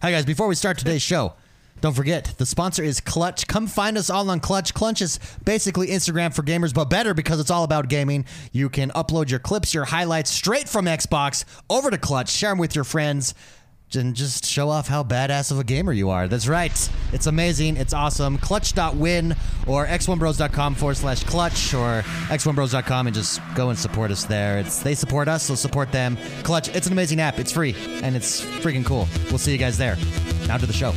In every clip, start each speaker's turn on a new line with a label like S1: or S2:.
S1: Hi, guys. Before we start today's show, don't forget the sponsor is Clutch. Come find us all on Clutch. Clutch is basically Instagram for gamers, but better because it's all about gaming. You can upload your clips, your highlights straight from Xbox over to Clutch, share them with your friends, and just show off how badass of a gamer you are. That's right. It's amazing. It's awesome. Clutch.win or x1bros.com forward slash clutch or x1bros.com and just go and support us there. It's They support us, so support them. Clutch, it's an amazing app. It's free and it's freaking cool. We'll see you guys there. Now to the show.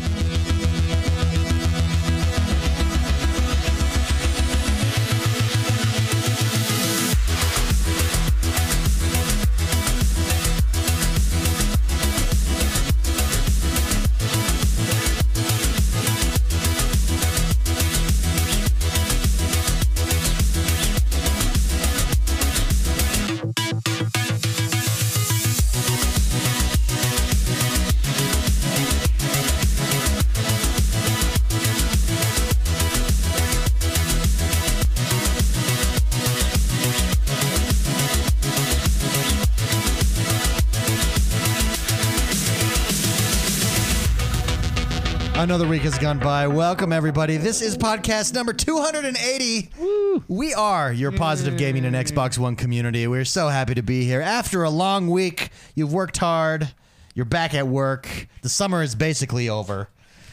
S1: Another week has gone by. Welcome, everybody. This is podcast number 280. We are your positive gaming and Xbox One community. We're so happy to be here. After a long week, you've worked hard, you're back at work. The summer is basically over.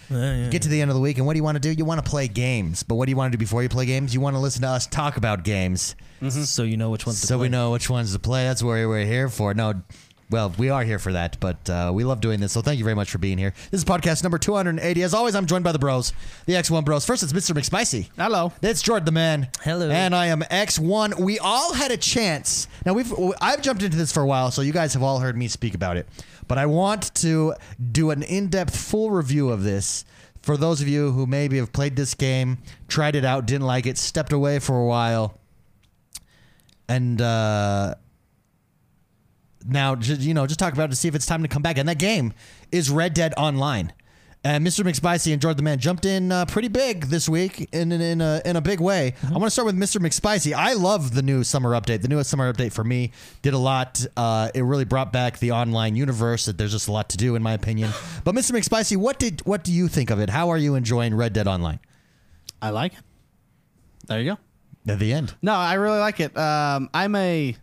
S1: Get to the end of the week, and what do you want to do? You want to play games. But what do you want to do before you play games? You want to listen to us talk about games
S2: so you know which one's
S1: so we know which ones to play. That's what we're here for. No, well, we are here for that, but uh, we love doing this. So thank you very much for being here. This is podcast number 280. As always, I'm joined by the bros, the X1 bros. First, it's Mr. McSpicy.
S3: Hello.
S1: It's Jordan the man.
S2: Hello.
S1: And I am X1. We all had a chance. Now we've I've jumped into this for a while, so you guys have all heard me speak about it. But I want to do an in-depth full review of this for those of you who maybe have played this game, tried it out, didn't like it, stepped away for a while and uh, now ju- you know just talk about it to see if it's time to come back. And that game is Red Dead Online. And Mr. McSpicy and Jordan the Man jumped in uh, pretty big this week in in, in, a, in a big way. I want to start with Mr. McSpicy. I love the new summer update. The newest summer update for me did a lot. Uh, it really brought back the online universe. That there's just a lot to do in my opinion. But Mr. McSpicy, what did what do you think of it? How are you enjoying Red Dead Online?
S3: I like it. There you go.
S1: At the end.
S3: No, I really like it. Um, I'm a,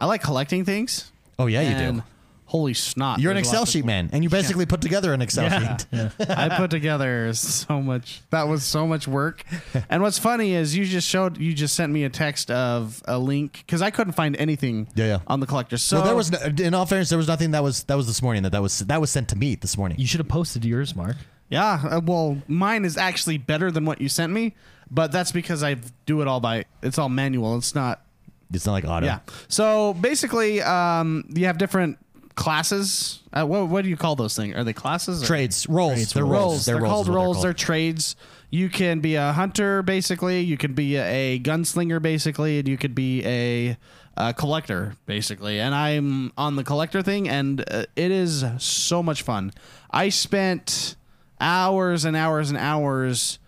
S3: I like collecting things.
S1: Oh yeah, you
S3: and
S1: do.
S3: Holy snot!
S1: You're an
S3: there's
S1: Excel
S3: lots of-
S1: sheet man, and you basically put together an Excel
S3: Yeah.
S1: sheet.
S3: I put together so much. That was so much work. And what's funny is you just showed, you just sent me a text of a link because I couldn't find anything.
S1: Yeah, yeah.
S3: On the collector. So
S1: well, there was no, in all fairness, there was nothing that was that was this morning that that was that was sent to me this morning.
S2: You should have posted yours, Mark.
S3: Yeah, uh, well, mine is actually better than what you sent me, but that's because I do it all by it's all manual. It's not
S1: It's not like auto.
S3: Yeah. So basically, um, you have different classes. Uh, what, what do you call those things? Are they classes? Or?
S1: Trades, rolls,
S2: Trades,
S1: they're rolls,
S3: Roles. They're,
S1: rolls
S3: called
S1: is what
S3: roles. They're,
S1: They're called.
S3: trades. You can be a hunter, basically. You can be a gunslinger, basically, and you could be a, uh collector, basically. And I'm on the collector thing, and uh, it is so much fun. I spent hours and hours and hours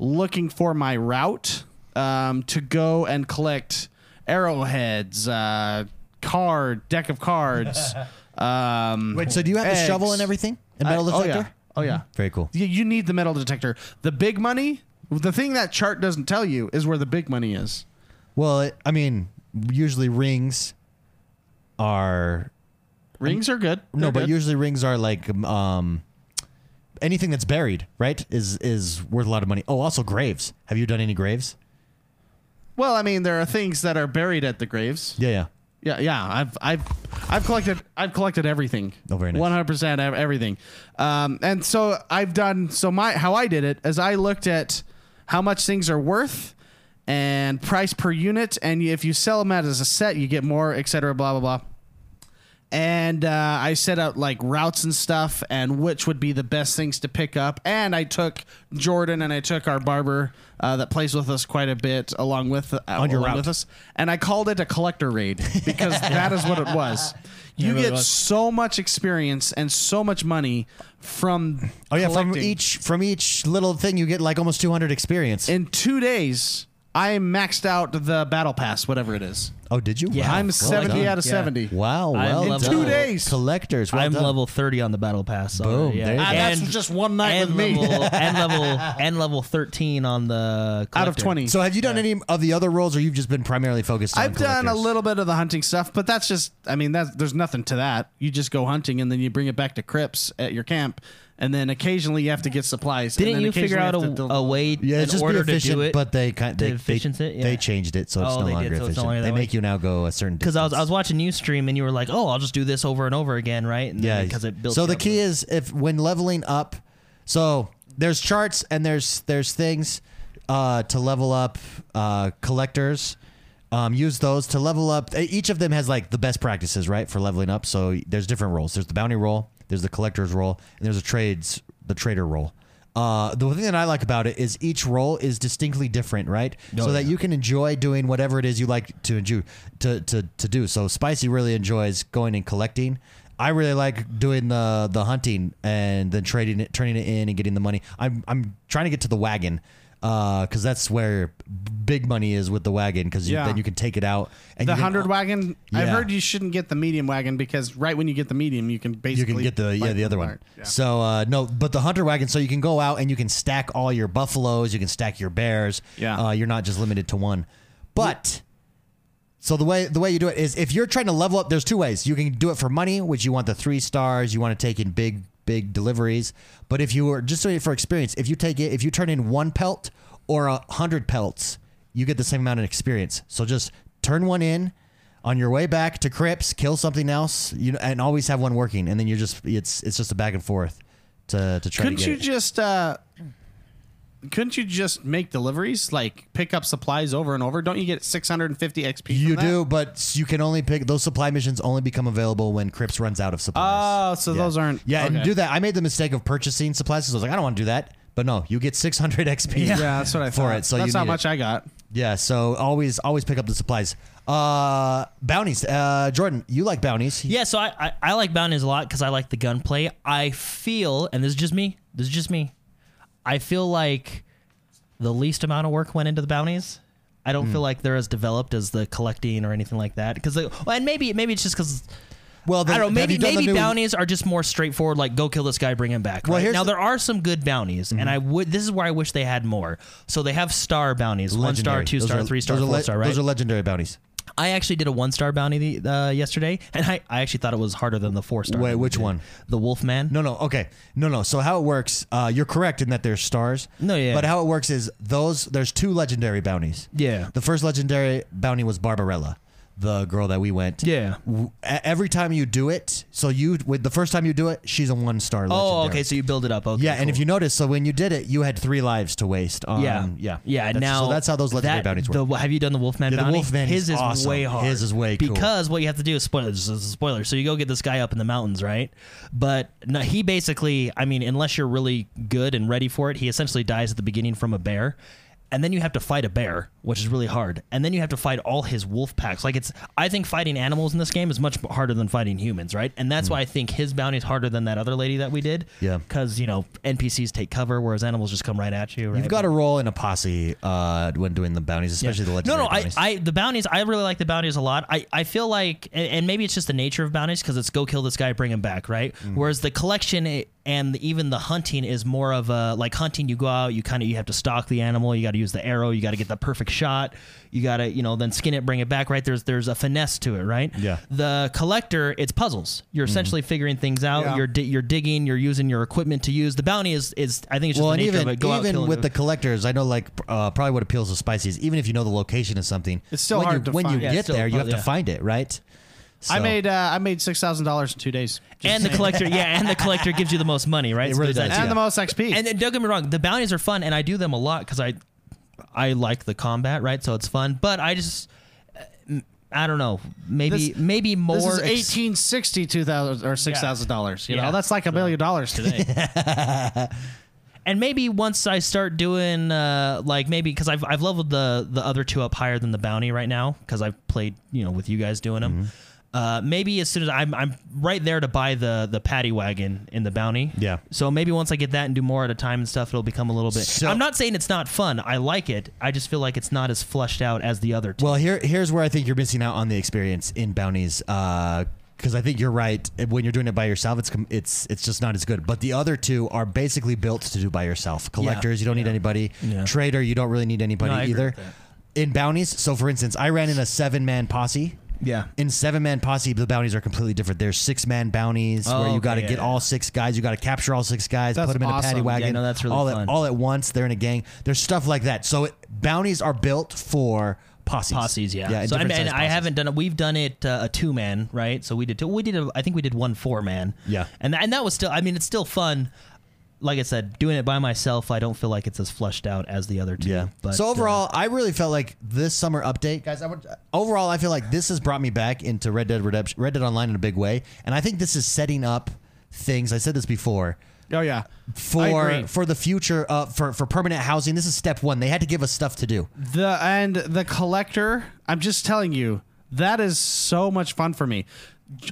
S3: looking for my route um, to go and collect arrowheads, uh, card, deck of cards. um,
S1: Wait, so do you have the
S3: eggs.
S1: shovel and everything? And
S3: I-
S1: metal
S3: oh,
S1: detector? Mm-hmm.
S3: yeah. Oh, yeah.
S1: Very cool.
S3: You, you need the metal detector. The big money, the thing that chart doesn't tell you is where the big money is.
S1: Well, it, I mean, usually rings are
S3: Rings are good.
S1: no,
S3: They're
S1: but
S3: good.
S1: usually rings are like um anything that's buried, right? Is is worth a lot of money. Oh, also graves. Have you done any graves?
S3: Well, I mean, there are things that are buried at the graves.
S1: Yeah, yeah.
S3: Yeah, yeah. I've, I've, I've collected, I've collected everything.
S1: Oh, very nice.
S3: One hundred percent everything. Um, and so I've done. So my how I did it is I looked at how much things are worth and price per unit, and if you sell them out as a set, you get more, etc. Blah blah blah. and uh, I set out like routes and stuff, and which would be the best things to pick up. And I took Jordan and I took our barber uh, that plays with us quite a bit, along with uh,
S1: On your
S3: along
S1: route.
S3: with us. And I called it a collector raid because that is what it was. You
S2: it really
S3: get
S2: was.
S3: so much experience and so much money from
S1: Oh yeah, from
S3: collecting.
S1: each from each little thing you get like almost 200 experience.
S3: in two days. I maxed out the battle pass, whatever it is.
S1: Oh, did you?
S2: Yeah.
S1: Wow.
S3: I'm
S2: well
S3: 70
S2: done.
S3: out of
S2: Yeah.
S3: 70.
S1: Wow,
S2: I'm
S1: well
S2: level-
S1: done.
S3: Two days.
S1: Collectors. Well
S2: I'm
S1: done.
S2: level 30 on the battle pass.
S1: Boom,
S2: already,
S1: there you go.
S2: yeah.
S1: Ah,
S3: that's just one night
S2: and
S3: with me.
S2: level, and level and level 13 on the
S3: Out of
S2: collector.
S3: 20.
S1: So have you done any of the other roles, or you've just been primarily focused on?
S3: I've done a
S1: collectors?
S3: little bit of the hunting stuff, but that's just, I mean, that's, there's nothing to that. You just go hunting and then you bring it back to crypts at your camp. And then occasionally you have to get supplies. and
S2: Didn't
S3: then
S2: you figure
S3: occasionally
S2: out
S3: you have
S2: a,
S3: to del-
S2: a way
S1: Yeah,
S2: in
S1: it's just be
S2: order to
S1: efficient,
S2: do it?
S1: but they kind they,
S2: to
S1: they,
S2: efficient it, yeah.
S1: they changed it, so it's
S2: Oh,
S1: no
S2: they did,
S1: longer
S2: so it's no
S1: efficient.
S2: longer
S1: they
S2: that
S1: make
S2: way.
S1: you now go a certain
S2: Because I was, I was
S1: distance.
S2: watching you stream and you were like, oh, I'll just do this over and over again, right? And
S1: yeah.
S2: Because it built.
S1: so
S2: you
S1: the
S2: up.
S1: key is if when leveling up, so there's charts and there's there's things uh, to level up uh, collectors. Um, use those to level up. E, Each of them has like the best practices, right, for leveling up. So there's different roles. There's the bounty role, there's the collector's role, and there's a trades the trader role. Uh, the thing that I like about it is each role is distinctly different, right?
S3: Oh,
S1: so that you can enjoy doing whatever it is you like to enjoy to, to, to do. So Spicy really enjoys going and collecting. I really like doing the the hunting and then trading it, turning it in, and getting the money. I'm I'm trying to get to the wagon because that's where big money is with the wagon because
S3: Yeah.
S1: then you can take it out and
S3: the
S1: you can-
S3: 100 wagon? I've
S1: Yeah.
S3: heard you shouldn't get the medium wagon because right when you get the medium, you can
S1: you
S3: basically.
S1: can get the yeah
S3: bite
S1: the other
S3: them
S1: one.
S3: apart. Yeah.
S1: So uh, no, but the hunter wagon. So you can go out and you can stack all your buffaloes. You can stack your bears.
S3: Yeah.
S1: uh, you're not just limited to one. But so the way the way you do it is if you're trying to level up, there's two ways. You can do it for money, which you want the three stars. You want to take in big big deliveries. But if you are just doing it for experience, if you take it, if you turn in one pelt or a hundred pelts, you get the same amount of experience. So just turn one in on your way back to Crips, kill something else, you know, and always have one working, and then you're just it's it's just a back and forth to to try to
S3: Couldn't
S1: get
S3: you
S1: it.
S3: just. Uh, couldn't you just make deliveries like pick up supplies over and over? Don't you get 650 XP?
S1: You
S3: from that?
S1: do, but you can only pick those supply missions. Only become available when Crips runs out of supplies.
S3: Oh, so
S1: Yeah.
S3: those aren't.
S1: Yeah, and
S3: okay.
S1: do that. I made the mistake of purchasing supplies because I was like, I don't want to do that. But no, you get 600 XP.
S3: Yeah, that's what I
S1: for
S3: thought.
S1: it. So
S3: that's
S1: you
S3: how
S1: need
S3: much
S1: It.
S3: I got.
S1: yeah. So always, always pick up the supplies. Uh, bounties. Uh, Jordan, you like bounties?
S2: Yeah, so I, I, I like bounties a lot because I like the gunplay. I feel, and this is just me, this is just me. I feel like the least amount of work went into the bounties. I don't
S1: Hmm.
S2: feel like they're as developed as the collecting or anything like that. Because well, and maybe maybe it's just because
S1: Well, the,
S2: I don't know.
S1: have you
S2: Maybe
S1: done the
S2: maybe
S1: new-
S2: bounties are just more straightforward. Like go kill this guy, bring him back.
S1: Well,
S2: right?
S1: here's
S2: Now
S1: the- Mm-hmm.
S2: there are some good bounties, and I would. This is where I wish they had more. So they have star bounties: one star,
S1: legendary.
S2: two
S1: Those
S2: star,
S1: are-
S2: three star,
S1: those are
S2: four
S1: le-
S2: star. Right?
S1: Those are legendary bounties.
S2: I actually did a one star bounty the, uh, yesterday, and I, I actually thought it was harder than the four star.
S1: Wait,
S2: that we
S1: which
S2: did.
S1: one?
S2: The Wolfman.
S1: No, no, okay, no, no. So how it works? Uh, you're correct in that there's stars.
S2: No, yeah.
S1: But how it works is those there's two legendary bounties.
S2: Yeah.
S1: The first legendary bounty was Barbarella, the girl that we went.
S2: Yeah.
S1: W- e- Every time you do it, so you with the first time you do it, she's a one star.
S2: Oh, okay. So you build it up. Okay.
S1: yeah, and if
S2: cool.
S1: you notice, so when you did it, you had three lives to waste. On,
S2: yeah,
S1: yeah,
S2: yeah.
S1: That's-
S2: now
S1: so that's how those legendary
S2: that-
S1: bounties work.
S2: the- have you done the Wolfman
S1: Yeah, the
S2: bounty?
S1: Wolfman
S2: His
S1: is
S2: is,
S1: awesome.
S2: way hard.
S1: His is way cool.
S2: because what you have to do is spoilers. This is a spoiler. So you go get this guy up in the mountains, right? But no, he basically, I mean, unless you're really good and ready for it, he essentially dies at the beginning from a bear. And then you have to fight a bear, which is really hard. And then you have to fight all his wolf packs. Like it's, I think fighting animals in this game is much harder than fighting humans, right? And that's why I think his bounty is harder than that other lady that we did.
S1: Hmm. Yeah.
S2: because you know NPCs take cover, whereas animals just come right at you. Right?
S1: you've got to roll in a posse uh, when doing the bounties, especially the legendary.
S2: No, no, I,
S1: bounties.
S2: I, the bounties, I really like the bounties a lot. I, I feel like, and, and maybe it's just the nature of bounties because it's go kill this guy, bring him back, right?
S1: Mm-hmm.
S2: Whereas the collection i- and even the hunting is more of a like hunting. You go out, you kind of you have to stalk the animal, you got to use the arrow, you got to get the perfect shot, you got to you know then skin it, bring it back, right? There's there's a finesse to it, right?
S1: Yeah. Mm-hmm.
S2: The collector, it's puzzles. You're essentially figuring things out.
S3: Yeah.
S2: You're di- you're digging. You're using your equipment to use. The bounty is is I think it's just
S1: well,
S2: the
S1: and
S2: nature
S1: even
S2: of it. Go out,
S1: even
S2: kill and
S1: with
S2: do-
S1: the collectors, I know like uh, probably what appeals to spicy is even if you know the location of something,
S3: It's still
S1: when
S3: hard
S1: you,
S3: to
S1: when
S3: find.
S1: you
S2: Yeah,
S1: get
S2: it's still
S1: there, you
S2: pu-
S1: have to
S2: yeah.
S1: find it, right?
S3: I
S1: So-
S3: made uh, I made six thousand dollars in two days, Just
S2: and the
S3: saying.
S2: collector, yeah, and the collector gives you the most money, right?
S1: It really
S2: there's that
S1: does,
S2: too.
S3: and
S1: yeah.
S3: the most XP.
S2: And, and don't get me wrong, the bounties are fun, and I do them a lot because I, I like the combat, right? So it's fun. But I just, uh, m- I don't know, maybe
S3: This-
S2: maybe more.
S3: this is
S2: ex-
S3: eighteen sixty two thousand or six thousand dollars. You
S2: Yeah.
S3: know, that's like a million dollars today.
S2: and maybe once I start doing uh, like maybe because I've
S1: Mm-hmm.
S2: I've leveled the the other two up higher than the bounty right now because I've played you know with you guys doing them. Uh, maybe as soon as I'm, I'm right there to buy the the paddy wagon in the bounty.
S1: Yeah.
S2: So maybe once I get that and do more at a time and stuff, it'll become a little bit.
S1: So-
S2: I'm not saying it's not fun. I like it. I just feel like it's not as fleshed out as the other two.
S1: Well, here here's where I think you're missing out on the experience in bounties. because I think you're right. When you're doing it by yourself, it's com- it's it's just not as good. But the other two are basically built to do by yourself. Collectors, you don't need anybody.
S2: Yeah.
S1: Trader, you don't really need anybody
S2: No, I agree
S1: either.
S2: with that.
S1: In bounties, so for instance, I ran in a seven man posse.
S2: Yeah.
S1: In seven man posse, the bounties are completely different. There's six man bounties
S2: Oh,
S1: where you
S2: okay,
S1: got to
S2: yeah,
S1: get
S2: yeah.
S1: all six guys. You got to capture all six guys,
S3: That's
S1: put them in a paddy
S3: awesome.
S1: wagon.
S2: Yeah, no, that's really
S1: all
S2: fun.
S1: At, all at once. They're in a gang. There's stuff like that. So it, bounties are built for posses.
S2: Posses, yeah.
S1: Yeah.
S2: so I mean,
S1: different
S2: and
S1: size
S2: I
S1: posses.
S2: haven't done it. We've done it uh, a two man, right? So we did two. We did. A, I think we did one four man.
S1: Yeah.
S2: And and that was still. I mean, it's still fun. Like I said, doing it by myself, I don't feel like it's as fleshed out as the other two.
S1: Yeah.
S2: But
S1: so
S2: uh,
S1: overall, I really felt like this summer update, guys. I would overall, I feel like this has brought me back into Red Dead Redemption, Red Dead Online in a big way, and I think this is setting up things. I said this before.
S3: Oh yeah. I
S1: For
S3: agree.
S1: for the future, uh, for for permanent housing, this is step one. They had to give us stuff to do.
S3: the and the collector, I'm just telling you, that is so much fun for me. J-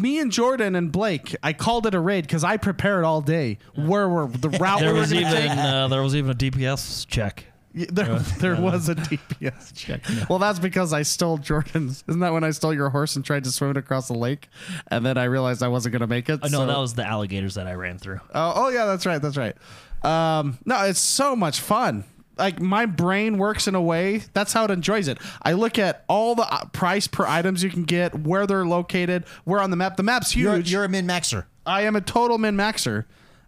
S3: Me and Jordan and Blake, I called it a raid because I prepared all day where were the route we
S2: there
S3: were
S2: was
S3: going
S2: even
S3: to take.
S2: uh, there was even a DPS check.
S3: Y- There, there was a DPS check. Well, that's because I stole Jordan's. Isn't that when I stole your horse and tried to swim it across the lake, and then I realized I wasn't going to make it?
S2: Oh, no,
S3: so-
S2: that was the alligators that I ran through.
S3: Oh, oh yeah, that's right, that's right. Um, no, it's so much fun. Like my brain works in a way that's how it enjoys it. I look at all the uh, price per items you can get, where they're located, where on the map. The map's huge.
S1: You're, you're a min maxer.
S3: I am a total min maxer,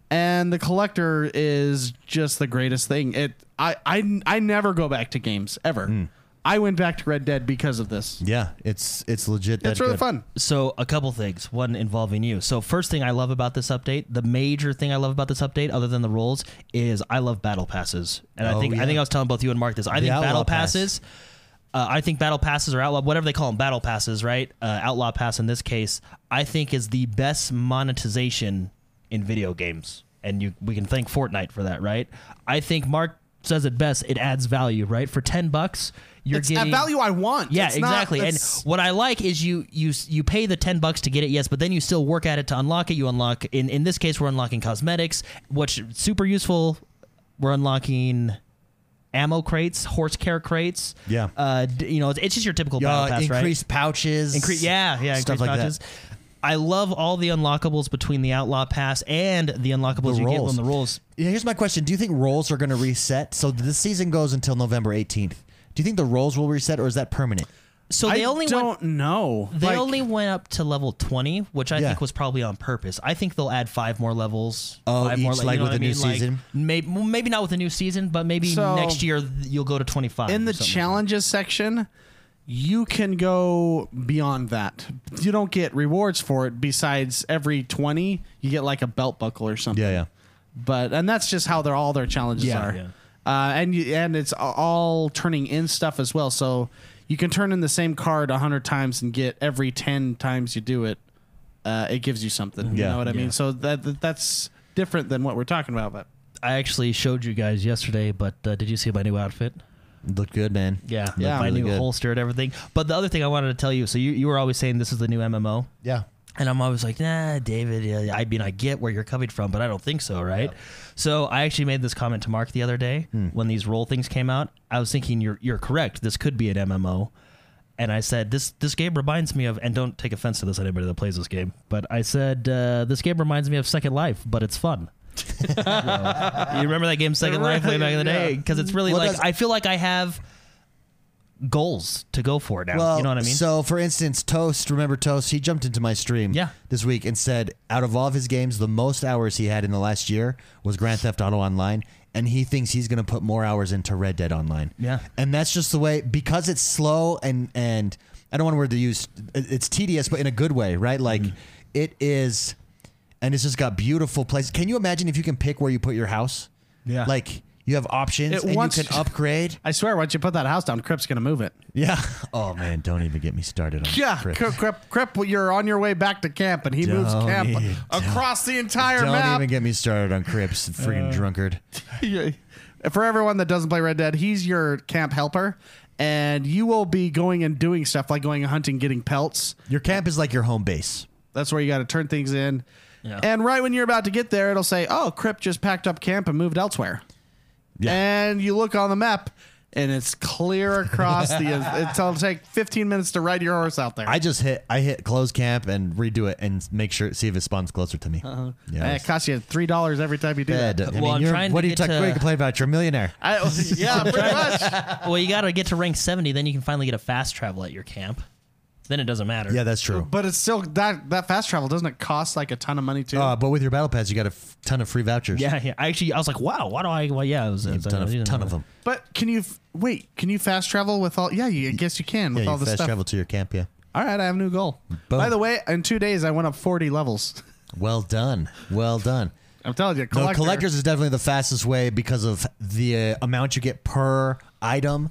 S3: and the collector is just the greatest thing. It I I, I never go back to games ever.
S2: Hmm.
S3: I went back to Red Dead because of this.
S1: Yeah, it's it's legit.
S3: it's really fun.
S2: So a couple things. One involving you. So first thing I love about this update, the major thing I love about this update, other than the rules, is I love battle passes. And
S1: Oh,
S2: I think
S1: yeah.
S2: I think I was telling both you and Mark this. I think
S1: outlaw
S2: battle
S1: pass.
S2: passes. Uh, I think battle passes or outlaw, whatever they call them, battle passes, right? Uh, outlaw pass in this case, I think is the best monetization in video games, and you we can thank Fortnite for that, right? I think Mark says it best. It adds value, right? For ten bucks, you're
S3: It's a
S2: getting
S3: value I want.
S2: yeah,
S3: It's not-
S2: exactly. and
S3: it's-
S2: what I like is you you you pay the ten bucks to get it, yes, but then you still work at it to unlock it. You unlock in in this case we're unlocking cosmetics, which super useful. We're unlocking ammo crates, horse care crates.
S1: Yeah.
S2: uh, d- you know, it's, it's just your typical battle
S1: Uh,
S2: pass, right?
S1: increased pouches.
S2: Incre- yeah, yeah,
S1: stuff
S2: increased
S1: like
S2: pouches.
S1: that.
S2: I love all the unlockables between the outlaw pass and the unlockables
S1: The
S2: you get
S1: rolls.
S2: on the rolls.
S1: Yeah, here's my question: Do you think roles are going to reset? So this season goes until November 18th. Do you think the roles will reset, or is that permanent?
S2: So
S3: I
S2: they only went-
S3: don't know.
S2: They
S3: Like-
S2: only went up to level 20, which I
S1: Yeah.
S2: think was probably on purpose. I think they'll add five more levels.
S1: Oh,
S2: five
S1: each,
S2: more,
S1: like,
S2: you know
S1: with
S2: what
S1: the
S2: I
S1: new
S2: mean? Like,
S1: season?
S2: maybe, well, maybe not with the new season, but maybe
S3: So-
S2: next year th- you'll go to 25.
S3: in
S2: or
S3: the
S2: something.
S3: challenges section you can go beyond that you don't get rewards for it besides every 20 you get like a belt buckle or something but and that's just how they're all their challenges
S1: Yeah.
S3: are
S2: Yeah.
S3: Uh, and you, and it's a- all turning in stuff as well so you can turn in the same card 100 times and get every 10 times you do it uh, it gives you something you
S1: Yeah.
S3: know what i
S2: Yeah.
S3: mean so that, that that's different than what we're talking about but
S2: I actually showed you guys yesterday, but uh, did you see my new outfit?
S1: Look good, man.
S2: Yeah,
S1: Looked
S3: Yeah.
S2: my
S1: really
S2: new
S1: good.
S2: holster and everything. But the other thing I wanted to tell you so you, you were always saying this is the new MMO.
S1: Yeah.
S2: And I'm always like, nah, David, yeah, I mean, I get where you're coming from, but I don't think so, right? So I actually made this comment to Mark the other day
S1: Hmm.
S2: when these role things came out. I was thinking, you're, you're correct. This could be an MMO. And I said, this, this game reminds me of, and don't take offense to this, anybody that plays this game, but I said, uh, this game reminds me of Second Life, but it's fun. you remember that game, Second Life, way back in the day?
S3: Yeah.
S2: Because it's really
S1: Well,
S2: like,
S1: does-
S2: I feel like I have goals to go for now.
S1: Well,
S2: you know what I mean?
S1: So, for instance, Toast, remember Toast? He jumped into my stream
S2: Yeah.
S1: this week and said, out of all of his games, the most hours he had in the last year was Grand Theft Auto Online, and he thinks he's going to put more hours into Red Dead Online.
S2: Yeah.
S1: and that's just the way because it's slow and and I don't want a word to use. it- It's tedious, but in a good way, right? Like
S2: Mm-hmm.
S1: it is, and it's just got beautiful places. Can you imagine if you can pick where you put your house?
S3: Yeah.
S1: like you have options
S3: It
S1: and
S3: wants-
S1: you can upgrade.
S3: i swear once you put that house down crip's gonna move it
S1: Yeah. Oh man, don't even get me started on
S3: Yeah,
S1: Crip.
S3: Crep, Crep, Crep, you're on your way back to camp, and he moves
S1: Don't
S3: camp
S1: even-
S3: across the entire
S1: Don't
S3: map. Uh.
S1: even get me started on Crips, friggin' drunkard.
S3: Yeah. For everyone that doesn't play Red Dead, he's your camp helper, and you will be going and doing stuff like going hunting, getting pelts.
S1: Your camp is like your home base.
S3: That's where you got to turn things in.
S2: Yeah.
S3: And right when you're about to get there, it'll say, "Oh, Crip just packed up camp and moved elsewhere."
S1: Yeah.
S3: And you look on the map, and it's clear across the. It'll take 15 minutes to ride your horse out there.
S1: I just hit I hit close camp and redo it and make sure see if it spawns closer to me.
S3: Eh,
S1: Yeah.
S3: it costs you three dollars every time you do
S1: Bad.
S3: that.
S1: I
S2: Uh-huh. Well,
S1: mean,
S2: I'm
S1: you're-
S2: trying
S1: what
S2: to
S1: do you
S2: get
S1: talk-
S2: to-
S1: what do you complain about? You're a millionaire.
S3: I, yeah, pretty much.
S2: well, you got to get to rank 70, then you can finally get a fast travel at your camp. Then it doesn't matter.
S1: Yeah, that's true.
S3: But it's still that that fast travel doesn't it cost like a ton of money too?
S1: Uh, but with your battle pass, you got a f- ton of free vouchers.
S2: Yeah, yeah. I actually, I was like, wow, why do I? Well, yeah, it was
S1: a
S2: uh, it was-
S1: ton
S2: it was-
S1: of ton of them.
S3: but can you f- wait? Can you fast travel with all? Yeah, you, I guess you can
S1: Yeah,
S3: with
S1: you
S3: all the
S1: fast
S3: stuff.
S1: travel to your camp. Yeah.
S3: All right, I have a new goal. By the way, in two days I went up 40 levels.
S1: Well done. Well done.
S3: I'm telling you,
S1: No,
S3: collector,
S1: collectors is definitely the fastest way because of the uh, amount you get per item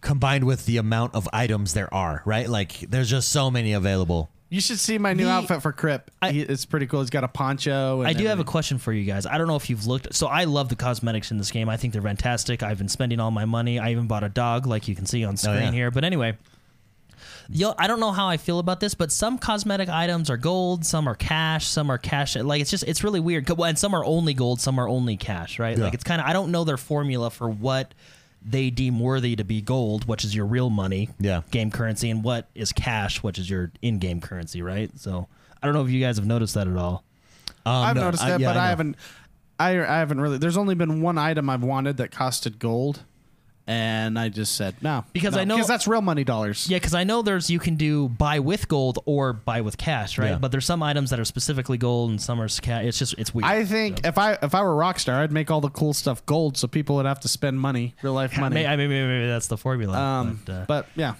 S1: combined with the amount of items there are, right? Like there's just so many available.
S3: You should see my new
S2: The-
S3: outfit for Crip. He- it's pretty cool. He's got a poncho. And
S2: I do have a
S3: everything.
S2: question for you guys. I don't know if you've looked. So I love the cosmetics in this game. I think they're fantastic. I've been spending all my money. I even bought a dog, like you can see on screen
S1: Oh, yeah.
S2: here. But anyway, yo, I don't know how I feel about this, but some cosmetic items are gold, some are cash, some are cash. Like it's just it's really weird. 'Cause- well, And some are only gold, some are only cash, right?
S1: Yeah.
S2: Like it's kind of I don't know their formula for what they deem worthy to be gold, which is your real money,
S1: Yeah.
S2: game currency, and what is cash, which is your in-game currency, right? So I don't know if you guys have noticed that at all.
S1: Um,
S3: I've
S1: no,
S3: noticed
S1: I-
S3: that,
S1: yeah,
S3: but
S1: I
S3: I,
S1: know.
S3: haven't. I, I haven't really. There's only been one item I've wanted that costed gold, and I just said no
S2: Because
S3: no,
S2: I know-
S3: because that's real money dollars.
S2: Yeah, because I know there's you can do buy with gold or buy with cash, right?
S1: Yeah.
S2: But there's some items that are specifically gold and some are cash. It's just it's weird.
S3: I think if I if I were Rockstar, I'd make all the cool stuff gold, so people would have to spend money, real life
S2: May-
S3: money.
S2: I mean, maybe, maybe that's the formula.
S3: um,
S2: but, uh,
S3: but yeah,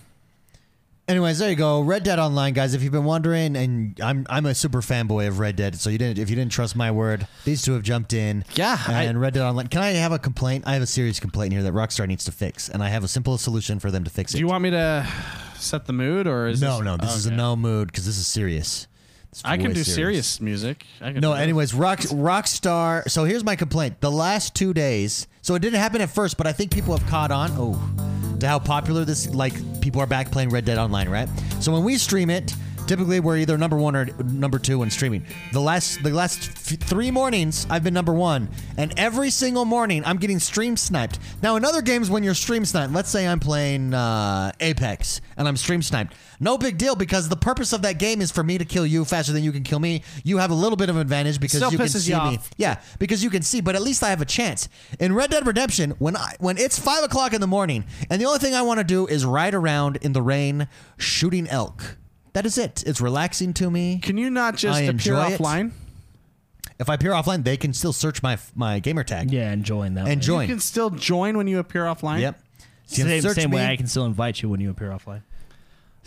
S1: Anyways, there you go. Red Dead Online, guys. If you've been wondering, and I'm I'm a super fanboy of Red Dead, so you didn't if you didn't trust my word, these two have jumped in.
S3: Yeah, I-
S1: And Red Dead Online. Can I have a complaint? I have a serious complaint here that Rockstar needs to fix, and I have a simple solution for them to fix it.
S3: do you want me to set the mood or is
S1: no,
S3: this-
S1: no, this is a
S3: Okay.
S1: no mood because this is serious. It's
S3: I can
S1: way
S3: do serious music. I can
S1: No,
S3: do it.
S1: anyways, rock Rockstar. So here's my complaint: the last two days. So it didn't happen at first, but I think people have caught on. Oh, to how popular this like people are back playing Red Dead Online, right? So when we stream it, typically we're either number one or number two in streaming. The last the last f- three mornings I've been number one, and every single morning I'm getting stream sniped. Now in other games, when you're stream sniped, let's say I'm playing uh, Apex and I'm stream sniped. No big deal because the purpose of that game is for me to kill you faster than you can kill me. You have a little bit of advantage because
S3: Still
S1: you can
S3: pisses
S1: see
S3: you
S1: me.
S3: off.
S1: Yeah, because you can see, but at least I have a chance. In Red Dead Redemption, when I when it's five o'clock in the morning, and the only thing I want to do is ride around in the rain shooting elk. That is it. It's relaxing to me.
S3: Can you not just
S1: I
S3: appear
S1: enjoy it.
S3: offline?
S1: If I appear offline, they can still search my my gamer tag
S2: yeah, enjoying that.
S1: and
S2: way.
S1: join.
S3: You can still join when you appear offline.
S1: yep. You can
S2: Same,
S1: search
S2: same way,
S1: me.
S2: I can still invite you when you appear offline.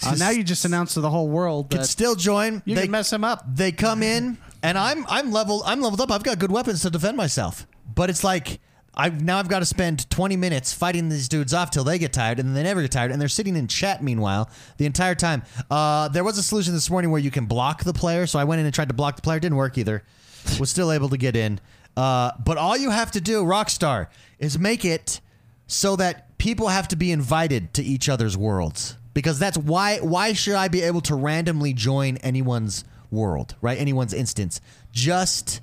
S3: Uh, now you just announced to the whole world
S1: can
S3: that
S1: still join.
S3: you
S1: they,
S3: can mess him up.
S1: They come in, and I'm I'm leveled. I'm leveled up. I've got good weapons to defend myself. But it's like I have now I've got to spend 20 minutes fighting these dudes off till they get tired, and then they never get tired, and they're sitting in chat meanwhile the entire time. Uh, there was a solution this morning where you can block the player, so I went in and tried to block the player. Didn't work either. was still able to get in. Uh, but all you have to do, Rockstar, is make it so that people have to be invited to each other's worlds because that's why why should i be able to randomly join anyone's world right anyone's instance just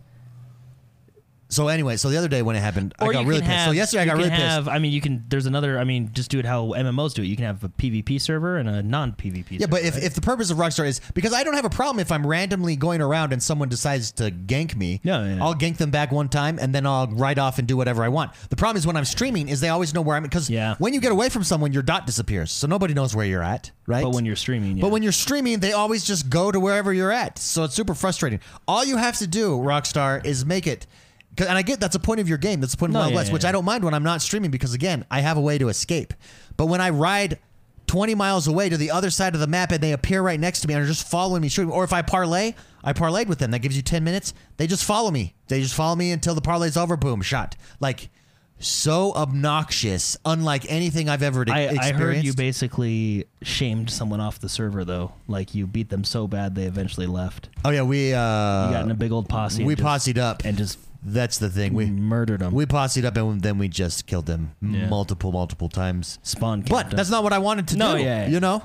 S1: so anyway so the other day when it happened i
S2: Or
S1: got
S2: you
S1: really
S2: can
S1: pissed so
S2: have-
S1: yesterday i
S2: you
S1: got
S2: can
S1: really pissed
S2: have, I mean, you can. There's another. I mean, just do it how MMOs do it. You can have a PvP server and a non-PvP.
S1: yeah, but if, if the purpose of Rockstar is because I don't have a problem if I'm randomly going around and someone decides to gank me,
S2: Yeah, yeah, yeah.
S1: I'll gank them back one time and then I'll ride off and do whatever I want. The problem is when I'm streaming is they always know where I'm because
S2: Yeah.
S1: when you get away from someone, your dot disappears, so nobody knows where you're at, right?
S2: but when you're streaming, yeah.
S1: But when you're streaming, they always just go to wherever you're at. So it's super frustrating. All you have to do, Rockstar, is make it. 'cause- And I get that's a point of your game. That's a point of
S2: No,
S1: Wild
S2: yeah,
S1: West,
S2: yeah,
S1: which I
S2: yeah.
S1: don't mind when I'm not streaming because, again, I have a way to escape. But when I ride 20 miles away to the other side of the map and they appear right next to me and are just following me, shooting, or if I parlay, I parlayed with them. That gives you 10 minutes. They just follow me. They just follow me until the parlay's over. Boom, shot. Like, so obnoxious, unlike anything I've ever
S2: I,
S1: experienced.
S2: I heard you basically shamed someone off the server though. Like you beat them so bad they eventually left.
S1: oh, yeah, we. Uh,
S2: You got in a big old posse. and
S1: we
S2: just-
S1: posse'd up.
S2: and just
S1: That's the thing. We
S2: murdered him.
S1: We posseed up and then we just killed them multiple, multiple times.
S2: Spawn.
S1: But that's not what I wanted to
S2: No,
S1: do.
S2: yeah, yeah.
S1: You know?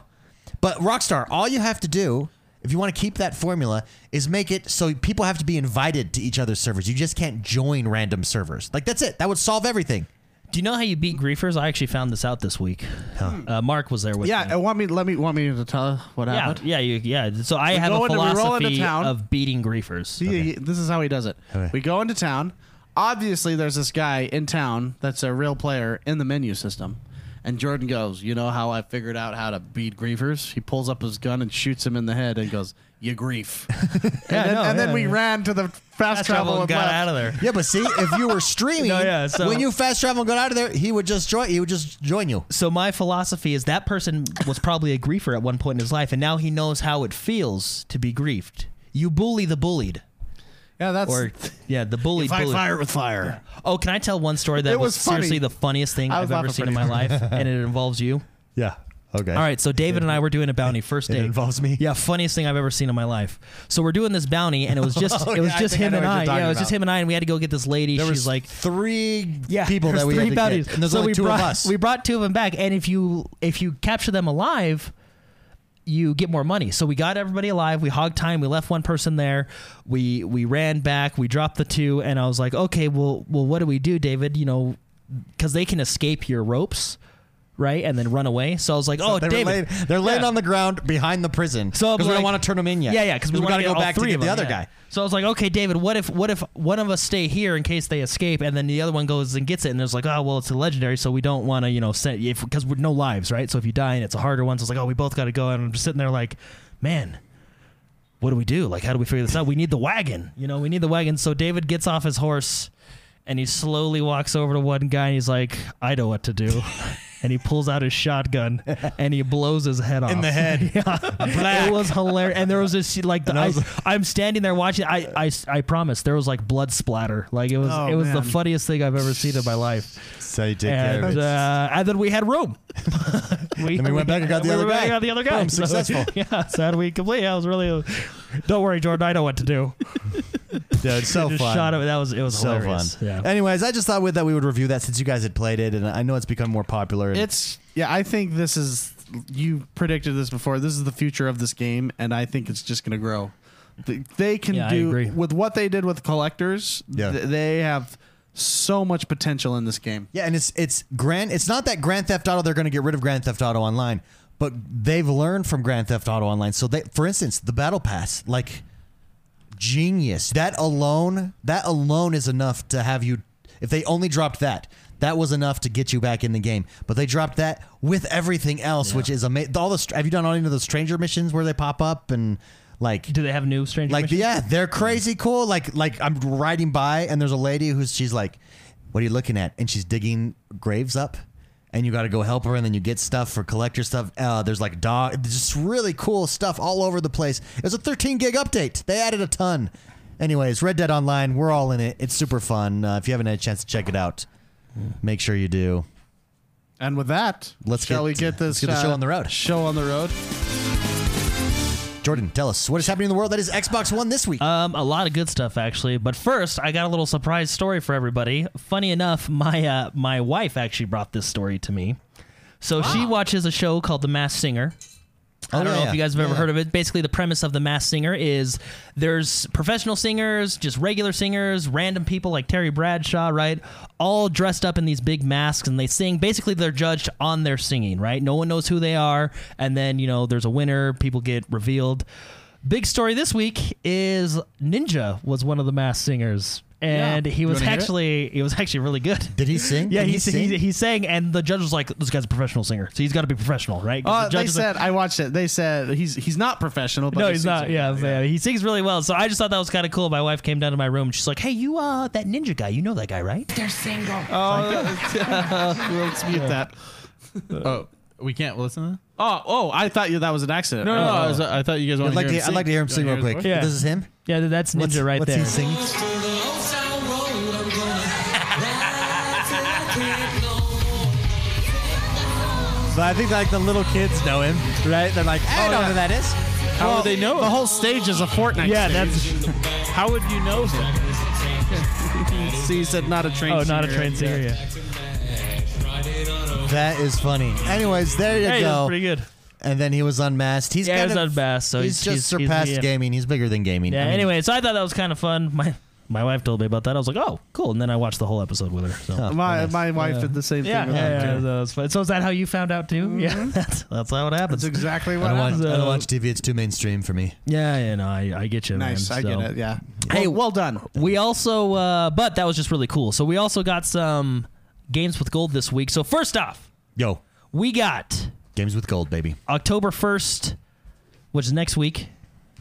S1: But Rockstar, all you have to do, if you want to keep that formula, is make it so people have to be invited to each other's servers. You just can't join random servers. Like, that's it. That would solve everything.
S2: Do you know how you beat griefers? I actually found this out this week. Uh, Mark was there with
S3: Yeah,
S2: me.
S3: uh, want me? Let me want me to tell what
S2: yeah,
S3: happened.
S2: yeah, you, yeah. So I have
S3: go
S2: a
S3: into- we roll into
S2: philosophy
S3: town.
S2: of beating griefers.
S3: See, y- this is how he does it.
S1: Okay.
S3: We go into town. Obviously, there's this guy in town that's a real player in the menu system. And Jordan goes, You know how I figured out how to beat griefers? He pulls up his gun and shoots him in the head and goes, You grief. and then,
S2: no,
S3: and
S2: yeah,
S3: then we
S2: yeah.
S3: ran to the fast,
S2: Fast
S3: travel,
S2: travel
S3: and
S2: got
S3: left.
S2: out of there.
S1: Yeah, but see, if you were streaming,
S2: No, yeah, so-
S1: when you fast travel and got out of there, he would just join. He would just join you.
S2: So my philosophy is that person was probably a griefer at one point in his life, and now he knows how it feels to be griefed. You bully the bullied,
S3: Yeah, that's.
S2: or yeah, the bullied.
S3: fight
S2: bullied.
S3: fire with fire.
S2: Oh, can I tell one story that
S3: It
S2: was,
S3: was funny.
S2: seriously the funniest thing
S3: I
S2: I've
S3: was
S2: ever
S3: laughing
S2: seen in my
S3: pretty
S2: life, and it involves you?
S1: Yeah. Okay.
S2: All right, so David and I were doing a bounty first
S1: It
S2: date.
S1: involves me?
S2: Yeah, funniest thing I've ever seen in my life. So we're doing this bounty, and it was just it was
S1: yeah, I
S2: just
S1: think I
S2: him
S1: know
S2: and
S1: what
S2: I.
S1: you're talking
S2: Oh, Yeah, it was just
S1: about.
S2: him and I, and we had to go get this lady.
S1: There
S2: She's
S1: was
S2: like
S1: like three
S2: yeah,
S1: people
S2: there's
S1: that we
S2: three
S1: had to
S2: bounties.
S1: get, and there's
S2: so
S1: only
S2: we
S1: two
S2: brought,
S1: of us.
S2: We brought two of them back, and if you if you capture them alive, you get more money. So we got everybody alive. We hogged time. We left one person there. We we ran back. We dropped the two, and I was like, okay, well, well, what do we do, David? You know, because they can escape your ropes, right, and then run away. So I was like, oh,
S1: they're
S2: David,
S1: laid, they're laid
S2: Yeah.
S1: on the ground behind the prison because
S2: So I'm
S1: we don't
S2: like-
S1: want to turn them in yet.
S2: Yeah, yeah, because we,
S1: we
S2: got
S1: gotta go back to
S2: three
S1: get
S2: of
S1: the
S2: them,
S1: other
S2: yeah.
S1: guy.
S2: So I was like, okay, David, what if what if one of us stay here in case they escape, and then the other one goes and gets it, and there's like, oh well, it's a legendary, so we don't want to you know send if because we're no lives, right? So if you die and it's a harder one, so it's like, oh, we both got to go, and I'm just sitting there like, man. What do we do? Like, how do we figure this out? We need the wagon. You know, we need the wagon. So David gets off his horse and he slowly walks over to one guy and he's like, I know what to do. and he pulls out his shotgun and he blows his head off.
S1: In the head.
S2: It was hilarious. And there was this like the, I, I'm standing there watching. I, I I promise there was like blood splatter. Like it was
S3: Oh,
S2: it was the
S3: man.
S2: funniest thing I've ever seen in my life.
S1: So you take care of
S2: And
S1: it.
S2: uh, and then we had room. we,
S1: Then we went back and got the
S2: we
S1: other
S2: went back
S1: guy.
S2: and got the other guy.
S1: Boom,
S2: So,
S1: successful.
S2: yeah, so we completely. I was really. Don't worry, Jordan. I know what to do.
S1: Dude, so
S2: Just
S1: fun.
S2: shot him. That was it was
S1: so
S2: hilarious.
S1: fun.
S2: Yeah.
S1: Anyways, I just thought with that we would review that since you guys had played it, and I know it's become more popular. and-
S3: It's. Yeah, I think this is. You predicted this before. This is the future of this game, and I think it's just going to grow. Th- They can
S2: Yeah, I
S3: do
S2: agree.
S3: with what they did with collectors.
S1: Yeah.
S3: th- they have so much potential in this game.
S1: yeah, and it's it's grand. It's not that Grand Theft Auto they're going to get rid of Grand Theft Auto Online, but they've learned from Grand Theft Auto Online. So they, for instance, the Battle Pass, like genius. That alone, that alone is enough to have you. If they only dropped that, that was enough to get you back in the game. But they dropped that with everything else, which is amazing. All the str- have you done all any of those stranger missions where they pop up and like
S2: Do they have new stranger?
S1: like
S2: missions?
S1: yeah they're crazy cool like like i'm riding by and there's a lady who's she's like what are you looking at and she's digging graves up and you got to go help her and then you get stuff for collector stuff uh, there's like dog just really cool stuff all over the place it was a 13 gig update they added a ton anyways red dead online we're all in it it's super fun uh, if you haven't had a chance to check it out make sure you do
S3: And with that,
S1: Let's
S3: shall
S1: get-
S3: we get
S1: let's
S3: this uh,
S1: get the show on the road.
S3: Show on the road.
S1: jordan tell us what is happening in the world that is xbox one this week
S2: Um, a lot of good stuff actually, but first I got a little surprise story for everybody. Funny enough, my uh, my wife actually brought this story to me. So she watches a show called The Masked Singer. I
S1: Oh,
S2: don't
S1: yeah,
S2: know
S1: yeah.
S2: if you guys have ever
S1: Yeah.
S2: heard of it. Basically, the premise of The Masked Singer is there's professional singers, just regular singers, random people like Terry Bradshaw, right? All dressed up in these big masks and they sing. Basically, they're judged on their singing, right? No one knows who they are. And then, you know, there's a winner, people get revealed. Big story this week is Ninja was one of the Masked Singers. And
S3: Yeah.
S2: he
S3: You
S2: was
S3: wanna hear it?
S2: actually he was actually really good.
S1: did he sing
S2: Yeah,
S1: Did
S2: he, he, he, sang, and the judge was like, "This guy's a professional singer, so he's got to be professional, right?" 'Cause
S3: Oh,
S2: the
S3: they
S2: judge is like-
S3: said I watched it. They said he's he's not professional. But
S2: no,
S3: he
S2: he's
S3: sings
S2: not.
S3: it.
S2: Yeah, yeah, he sings really well. So I just thought that was kind of cool. My wife came down to my room. and She's like, "Hey, you, uh, that ninja guy. You know that guy, right?"
S4: They're single.
S3: Well, Let's mute that.
S5: Oh, we can't listen to that?
S3: Oh, oh, I thought you that was an accident. Oh.
S5: No, no, no. I, was, I thought you guys wanted
S1: I'd like,
S5: to
S1: to,
S5: hear him
S1: I'd like to hear him sing real quick.
S2: Yeah.
S1: This is him.
S2: Yeah, th- that's ninja
S1: What's-
S2: right
S1: what's
S2: there.
S1: He singing? But I think like the little kids know him, right? They're like, "Oh, I know who that is.
S5: How would they know?
S3: The whole stage is a Fortnite.
S2: yeah,
S3: stage.
S2: that's
S5: How would you know him?
S3: See, he said not a train.
S2: Oh, not a
S3: singer.
S2: train singer. Yeah.
S1: That is funny. Anyways, there you
S2: Hey, that
S1: go.
S2: was pretty good.
S1: and then he was unmasked. He's
S2: Yeah, he
S1: kind
S2: was
S1: of-
S2: unmasked, so
S1: he's,
S2: he's-
S1: just
S2: he's- he's-
S1: surpassed
S2: yeah.
S1: gaming. He's bigger than gaming.
S2: Yeah.
S1: I mean,
S2: anyway, so I thought that was kind of fun. My my wife told me about that. I was like, oh, cool. And then I watched the whole episode with her. So.
S3: My my wife did the same
S2: Yeah, yeah,
S3: thing. with that,
S2: yeah,
S3: too. Mm-hmm.
S2: that was fun. So is that how you found out too? Yeah, that's, that's how it happens.
S3: That's exactly
S1: I
S3: what.
S1: don't, watch,
S3: happened.
S1: I
S2: uh,
S1: don't watch TV. It's too mainstream for me.
S2: yeah, yeah, no, I, I get you.
S3: Nice,
S2: man,
S3: I get
S2: so.
S3: it. Yeah.
S2: Hey,
S3: well, well done.
S2: We also, uh, but that was just really cool. So we also got some games with gold this week. So first off,
S1: Yo,
S2: we got
S1: games with gold, baby.
S2: October first, which is next week.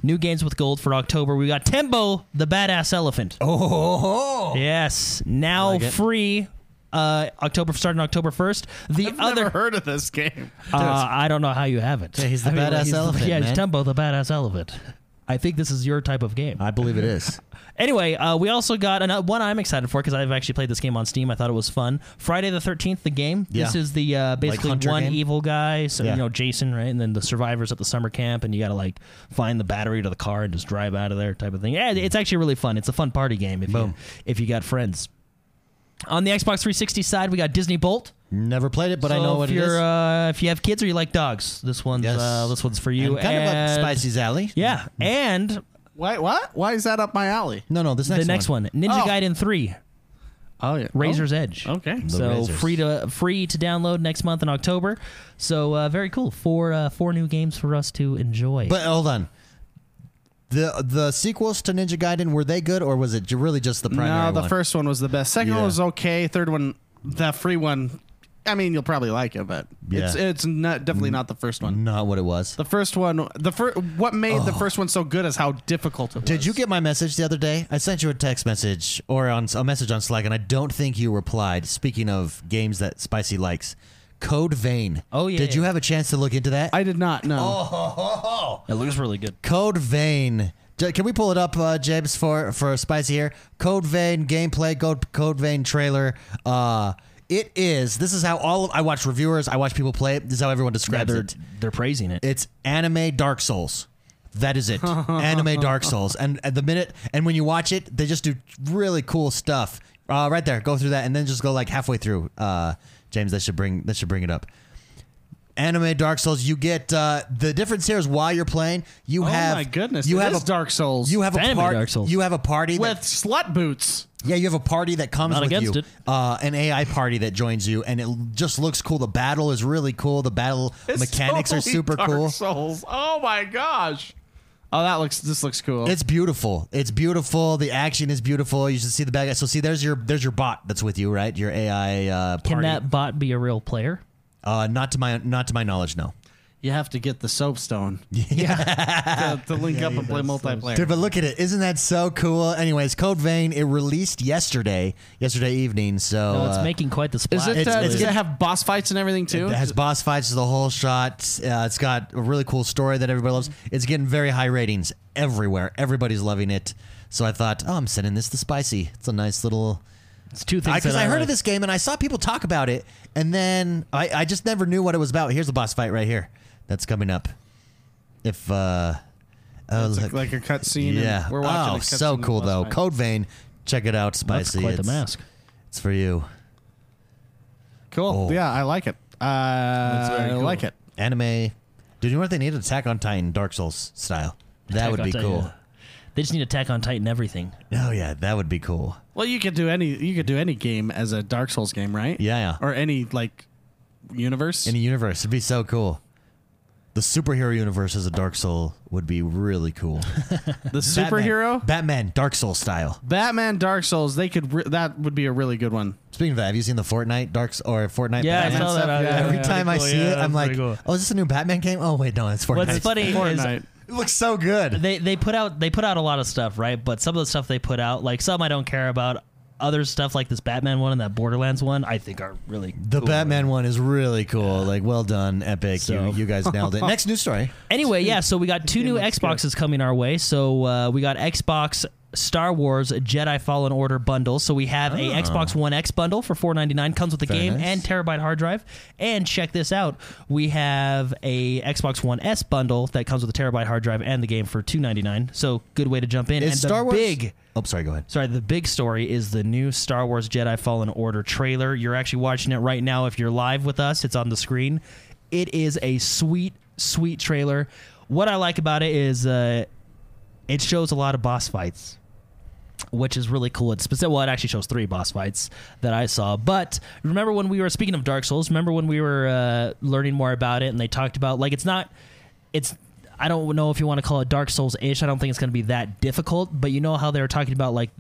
S2: New games with gold for October. We got Tembo the Badass Elephant.
S1: Oh,
S2: Yes, now
S1: it.
S2: free. Uh, October starting October first. The other,
S3: heard of this game.
S2: uh, I don't know how you haven't.
S1: Yeah, he's the
S2: I mean,
S1: badass
S2: the-
S1: elephant,
S2: yeah, he's
S1: man.
S2: Tembo the Badass Elephant. I think this is your type of game.
S1: I believe it is.
S2: Anyway, uh, we also got another one I'm excited for because I've actually played this game on Steam. I thought it was fun. Friday the 13th, the game. This
S1: Yeah.
S2: is the uh, basically
S1: Hunter
S2: one
S1: game?
S2: evil guy, so
S1: Yeah.
S2: you know Jason, right? And then the survivors at the summer camp, and you got to like find the battery to the car and just drive out of there, type of thing. Yeah, it's actually really fun. It's a fun party game if you
S1: Boom.
S2: if you got friends. On the Xbox 360 side, we got Disney Bolt.
S1: Never played it, but I
S2: So
S1: know what
S2: if
S1: it
S2: you're,
S1: is.
S2: Uh, if you have kids or you like dogs, this one's
S1: Yes.
S2: uh, this one's for you.
S1: And kind of Mm.
S2: And-
S1: like Spicy's Alley.
S2: Yeah, and
S3: Wait, what? Why is that up my alley?
S1: No, no, this
S2: the
S1: next
S2: next one, Ninja
S3: Oh.
S2: Gaiden 3.
S3: Oh yeah.
S2: Razor's Edge.
S3: Okay.
S1: The
S2: So
S1: Razors.
S2: free to free to download next month in October. So uh, very cool. Four uh, four new games for us to enjoy.
S1: But hold on. The the sequels to Ninja Gaiden were they good or was it ju- really just the primary
S3: No, the
S1: one?
S3: first one was the best. Second
S1: Yeah.
S3: one was okay. Third one, the free one. I mean, you'll probably like it, but it's
S1: Yeah.
S3: it's not definitely not the first one.
S1: not what it was.
S3: The first one, the first, what made the first one so good is how difficult it was.
S1: Did you get my message the other day? I sent you a text message or on a message on Slack, and I don't think you replied. Speaking of games that Spicy likes, Code Vein.
S2: Oh, yeah.
S1: Did you have a chance to look into that? Oh,
S3: I did not know.
S2: it looks really good.
S1: Code Vein. J- Can we pull it up, uh, James, for for Spicy here? Code Vein gameplay, Code Code Vein trailer. Uh, it is. This is how all of, I watch reviewers. I watch people play it. This is how everyone
S2: Yeah,
S1: describes
S2: they're
S1: it.
S2: they're praising it.
S1: It's anime Dark Souls. That is it. anime Dark Souls. And at the minute, and when you watch it, they just do really cool stuff. Uh, right there, go through that, and then just go like halfway through. Uh, James, that should bring that should bring it up. Anime Dark Souls. You get uh, the difference here is while you're playing, you
S3: Oh
S1: have
S3: my goodness!
S1: you
S3: it
S1: have
S3: is
S1: a
S3: Dark Souls.
S1: you have a
S2: Anime
S1: party.
S2: Dark Souls.
S1: You have a party
S3: with
S1: that
S3: slut boots.
S1: yeah, you have a party that comes
S2: Not
S1: with
S2: against
S1: you,
S2: it.
S1: Uh, an AI party that joins you, and it l- just looks cool. The battle is really cool. The battle
S3: It's
S1: mechanics are
S3: totally
S1: super
S3: Dark
S1: cool.
S3: Souls. Oh my gosh! Oh, that looks. This looks cool.
S1: It's beautiful. It's beautiful. The action is beautiful. You should see the bad guy. So see, there's your there's your bot that's with you, right? Your AI uh, party.
S2: Can that bot be a real player?
S1: uh, not to my not to my knowledge, no.
S3: you have to get the soapstone. Yeah, to, to link up and play multiplayer.
S1: Dude, but look at it. Isn't that so cool? Anyways, Code Vein it released yesterday, yesterday evening. So
S2: No, it's
S1: uh,
S2: making quite the
S3: Is
S2: splash.
S3: it?
S1: It's-
S3: uh,
S1: it's
S3: does it
S1: gonna-
S3: have boss fights and everything too?
S1: It has boss fights, the whole shot. Uh, it's got a really cool story that everybody loves. It's getting very high ratings everywhere. Everybody's loving it. So I thought, oh, I'm sending this to Spicy. It's a nice little.
S2: it's two things.
S1: Because
S2: that
S1: I, heard
S2: like.
S1: of this game and I saw people talk about it, and then I, I just never knew what it was about. Here's the boss fight right here that's coming up. If uh, oh
S3: It's
S1: look,
S3: like, like a cutscene.
S1: yeah,
S3: and we're watching.
S1: oh
S3: a cutscene
S1: so
S3: of
S1: cool
S3: boss
S1: though.
S3: fight.
S1: Code Vein, check it out,
S2: That's
S1: Spicy.
S2: quite the
S1: it's,
S2: mask.
S1: it's for you.
S3: Cool.
S1: Oh.
S3: Yeah, I like it. Uh, I
S5: very cool.
S3: like it.
S1: Anime. Dude, you know what they need? Attack on Titan, Dark Souls style. That
S2: Attack
S1: would
S2: on
S1: be
S2: Titan.
S1: cool.
S2: They just need Attack on Titan everything.
S1: Oh yeah, that would be cool.
S3: Well, you could do any. You could do any game as a Dark Souls game, right?
S1: Yeah, yeah.
S3: Or any like universe.
S1: In a universe, it'd be so cool. The superhero universe as a Dark Soul would be really cool.
S3: the superhero.
S1: Batman, Batman Dark Soul style.
S3: Batman Dark Souls, they could re- that would be a really good one.
S1: Speaking of that, have you seen the Fortnite Dark S- or Fortnite?
S2: Yeah, I
S1: Batman?
S2: saw that.
S3: stuff, yeah.
S1: Every
S2: yeah,
S1: time I
S2: cool,
S1: see it,
S2: yeah,
S1: I'm
S2: that's
S1: like,
S2: pretty cool.
S1: "Oh, is this a new Batman game? Oh wait, no, it's Fortnite."
S2: What's funny is
S3: Fortnite.
S1: It looks so good.
S2: they they put out they put out a lot of stuff, right? But some of the stuff they put out, like some I don't care about. Other stuff like this Batman one and that Borderlands one, I think are really
S1: the Batman one is really cool. Like, well done, Epic.
S2: So-
S1: You, you guys nailed it. Next news story.
S2: Anyway, yeah, so we got two new Xboxes coming our way. So uh, we got Xbox Star Wars Jedi Fallen Order bundle. So we have a Xbox One X bundle for four ninety nine. Comes with the
S1: Ah. Very
S2: game
S1: nice.
S2: and terabyte hard drive. And check this out, we have a Xbox One S bundle that comes with a terabyte hard drive and the game for two ninety nine. So good way to jump in.
S1: Is
S2: and
S1: Star
S2: the
S1: Wars-
S2: big
S1: Oh, sorry. Go ahead.
S2: Sorry, the big story is the new Star Wars Jedi Fallen Order trailer. You're actually watching it right now. If you're live with us, it's on the screen. It is a sweet, sweet trailer. What I like about it is uh, it shows a lot of boss fights, which is really cool. It's specific. Well, it actually shows three boss fights that I saw. But remember when we were speaking of Dark Souls? Remember when we were uh, learning more about it and they talked about like it's not, it's. I don't know if you want to call it Dark Souls ish. I don't think it's going to be that difficult, but you know how they were talking about like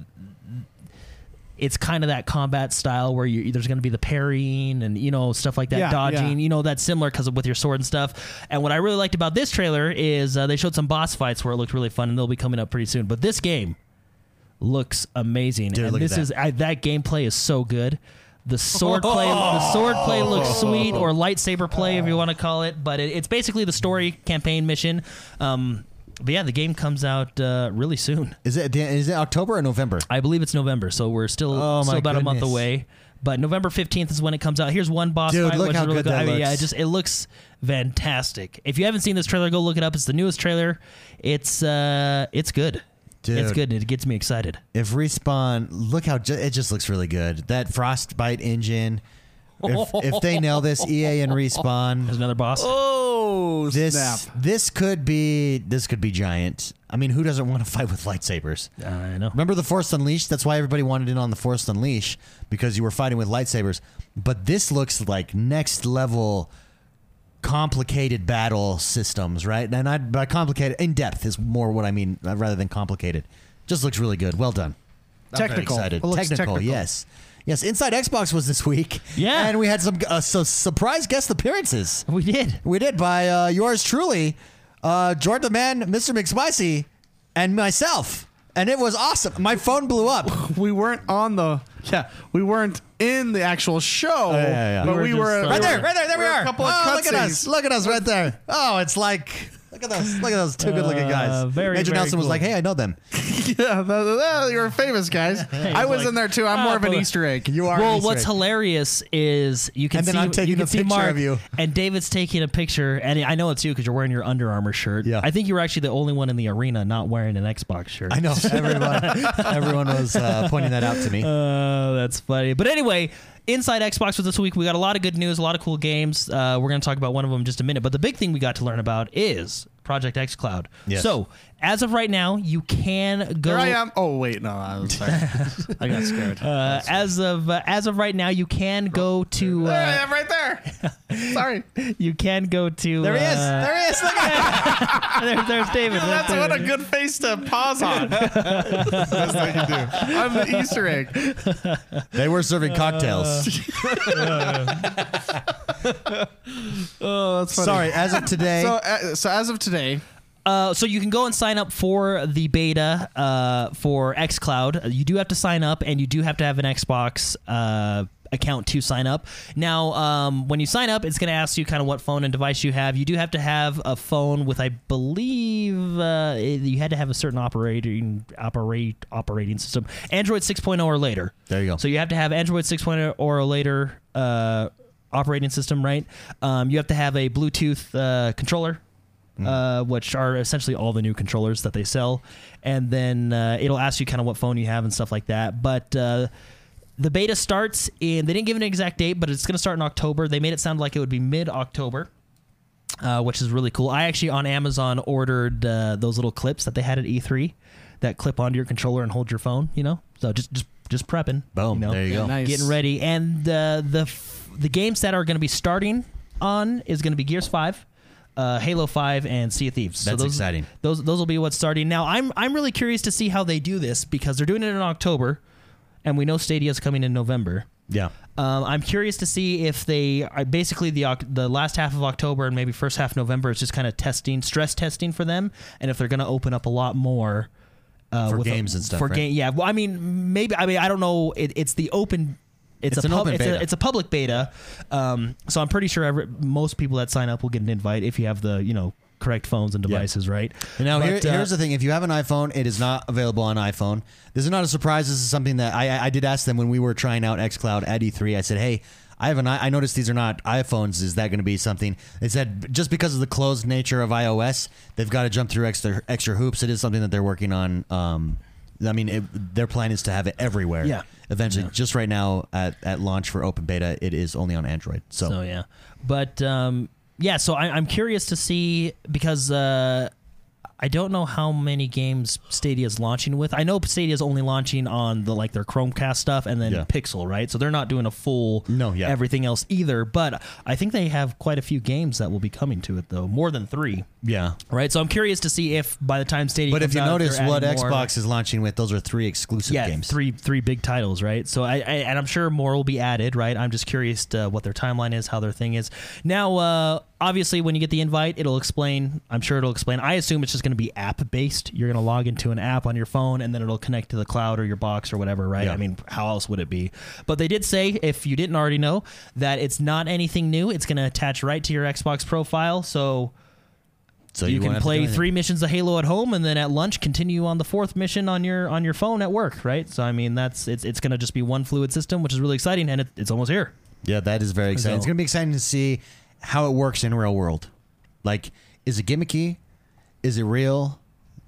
S2: it's kind of that combat style where you there's going to be the parrying and you know stuff like that,
S3: Yeah,
S2: dodging.
S3: yeah.
S2: You know that's similar because with your sword and stuff. And what I really liked about this trailer is uh, they showed some boss fights where it looked really fun, and they'll be coming up pretty soon. But this game looks amazing,
S1: Dude,
S2: and
S1: look at
S2: this
S1: that.
S2: is I, that gameplay is so good. The sword play, the sword play looks sweet, or lightsaber play, if you want to call it. But it, it's basically the story campaign mission. Um, but yeah, the game comes out uh, really soon.
S1: Is it is it October or November?
S2: I believe it's November, so we're still,
S1: Oh,
S2: still
S1: my
S2: about a month
S1: goodness.
S2: away. But November fifteenth is when it comes out. Here's one boss
S1: Dude,
S2: fight,
S1: look
S2: which
S1: how
S2: is really
S1: good that
S2: I mean, yeah,
S1: looks.
S2: it just it looks fantastic. If you haven't seen this trailer, go look it up. It's the newest trailer. It's uh, it's good. It's
S1: Dude.
S2: good. and It gets me excited.
S1: If respawn, look how ju- it just looks really good. That frostbite engine. If, if they nail this, EA and respawn,
S2: There's another boss.
S3: Oh,
S1: this
S3: snap.
S1: this could be this could be giant. I mean, who doesn't want to fight with lightsabers?
S2: I know.
S1: Remember the Force Unleashed? That's why everybody wanted in on the Force Unleashed because you were fighting with lightsabers. But this looks like next level complicated battle systems, right? And I by complicated in depth is more what I mean uh, rather than complicated. Just looks really good. Well done.
S5: very
S3: Technical.
S1: Excited.
S3: It looks
S1: Technical, yes. Yes, Inside Xbox was this week.
S2: Yeah.
S1: And we had some uh, so surprise guest appearances.
S2: We did.
S1: We did by uh, yours truly, uh, Jordan the Man, Mr. McSpicy, and myself. And it was awesome. My phone blew up.
S3: We weren't on the. Yeah, we weren't in the actual show.
S1: yeah, yeah.
S3: But
S2: We were
S3: we
S2: just,
S3: were,
S2: uh,
S1: Right
S2: They
S1: there, right there, there we
S3: were
S1: are.
S3: A couple of
S1: oh, look at
S3: cutscenes.
S1: us. Look at us right there. Oh, it's like look at those look at those two good looking guys.
S2: Uh, very,
S1: Major
S2: very
S1: Nelson was
S2: cool.
S1: like, "Hey, I know them."
S3: Yeah, th- th- th- you're famous guys. I was
S2: like,
S3: in there too. I'm
S2: "Ah,
S3: more of an
S2: but-
S3: Easter egg.
S1: You are
S2: Well,
S1: Easter
S2: what's
S1: egg.
S2: hilarious is you can
S1: And then
S2: see
S1: I'm taking
S2: you can
S1: a
S2: see
S1: picture
S2: Mark
S1: of you.
S2: and David's taking a picture, and I know it's you because you're wearing your Under Armour shirt.
S1: Yeah.
S2: I think you were actually the only one in the arena not wearing an Xbox shirt.
S1: I know everyone. everyone was uh, pointing that out to me.
S2: Uh, that's funny. But anyway, inside Xbox for this week, we got a lot of good news, a lot of cool games. Uh, we're going to talk about one of them in just a minute. But the big thing we got to learn about is Project X Cloud.
S1: Yes.
S2: So as of right now, you can go.
S3: There I am. Oh wait, no, I was sorry. I got scared.
S2: Uh, as of uh, as of right now, you can go to
S3: there I
S2: uh,
S3: am, right there. sorry,
S2: you can go to
S1: There he is.
S2: uh,
S1: There he is. Look at him.
S2: there, there's David.
S3: that's
S2: There's
S3: what a
S2: David.
S3: good face to pause on. That's what you do. I'm the Easter egg.
S1: They were serving
S3: uh,
S1: cocktails.
S3: Oh, that's
S1: Sorry, as of today,
S3: So, uh, so as of today,
S2: Uh, so you can go and sign up for the beta uh, for xCloud. Uh, You do have to sign up, and you do have to have an Xbox uh, account to sign up. Now, um, when you sign up, it's going to ask you kind of what phone and device you have. You do have to have a phone with, I believe, uh, you had to have a certain operating operate operating system, Android 6.0 or later.
S1: There you go.
S2: So you have to have Android 6.0 or later uh, operating system, right? Um, you have to have a Bluetooth uh, controller,
S1: Mm.
S2: uh, which are essentially all the new controllers that they sell. And then uh, it'll ask you kind of what phone you have and stuff like that. But uh, the beta starts in, they didn't give an exact date, but it's going to start in October. They made it sound like it would be mid October. Uh, which is really cool. I actually on Amazon ordered uh, those little clips that they had at E3 that clip onto your controller and hold your phone, you know? So just just just prepping.
S1: boom.
S2: you know?
S1: There you go.
S3: Yeah, nice.
S2: getting ready. And uh, the f- the games that are going to be starting on is going to be Gears Five, uh, Halo Five, and Sea of Thieves.
S1: That's
S2: those,
S1: exciting.
S2: Those those will be what's starting now. I'm I'm really curious to see how they do this because they're doing it in October, and we know Stadia's coming in November.
S1: Yeah.
S2: Um, I'm curious to see if they are basically the Oc- the last half of October and maybe first half of November is just kind of testing, stress testing for them, and if they're going to open up a lot more uh,
S1: For
S2: with
S1: games and stuff,
S2: For
S1: right?
S2: game, yeah. Well, I mean, maybe I mean I don't know. It, it's the open. It's,
S1: It's
S2: a
S1: an
S2: pub-
S1: open
S2: it's, a,
S1: beta.
S2: it's a public beta, um, so I'm pretty sure every, most people that sign up will get an invite if you have the you know correct phones and devices, right?
S1: And now here,
S2: But, uh,
S1: here's the thing: if you have an iPhone, it is not available on iPhone. This is not a surprise. This is something that I, I- I did ask them when we were trying out XCloud at E3. I said, "Hey, I have an. i- I noticed these are not iPhones. Is that going to be something?" They said just because of the closed nature of iOS, they've got to jump through extra extra hoops. It is something that they're working on. Um, I mean, it, their plan is to have it everywhere.
S2: Yeah.
S1: Eventually, just right now at, at launch for open beta, it is only on Android. So,
S2: So yeah, but um, yeah. So I, I'm curious to see because uh, I don't know how many games Stadia is launching with. I know Stadia's only launching on the like their Chromecast stuff and then
S1: Yeah.
S2: Pixel, right? So they're not doing a full
S1: No, yeah.
S2: everything else either. But I think they have quite a few games that will be coming to it though, more than three.
S1: yeah.
S2: Right, so I'm curious to see if by the time Stadia,
S1: But if
S2: comes
S1: you
S2: out,
S1: notice
S2: they're
S1: what
S2: adding more-
S1: Xbox is launching with, those are three exclusive
S2: yeah,
S1: games.
S2: three three big titles, right? So I, I and I'm sure more will be added, right? I'm just curious to what their timeline is, how their thing is. Now, uh, obviously, when you get the invite, it'll explain. I'm sure it'll explain. I assume it's just going to be app based. You're going to log into an app on your phone, and then it'll connect to the cloud or your box or whatever, right?
S1: Yeah.
S2: I mean, how else would it be? But they did say, if you didn't already know, that it's not anything new. It's going to attach right to your Xbox profile, so
S1: So
S2: you,
S1: won't
S2: can
S1: have to do
S2: play
S1: anything.
S2: three missions of Halo at home, and then at lunch continue on the fourth mission on your on your phone at work, right? So I mean, that's it's it's going to just be one fluid system, which is really exciting, and it, it's almost here.
S1: Yeah, that is very exciting. It's
S2: So-
S1: going to be exciting to see how it works in real world. Like, is it gimmicky? Is it real?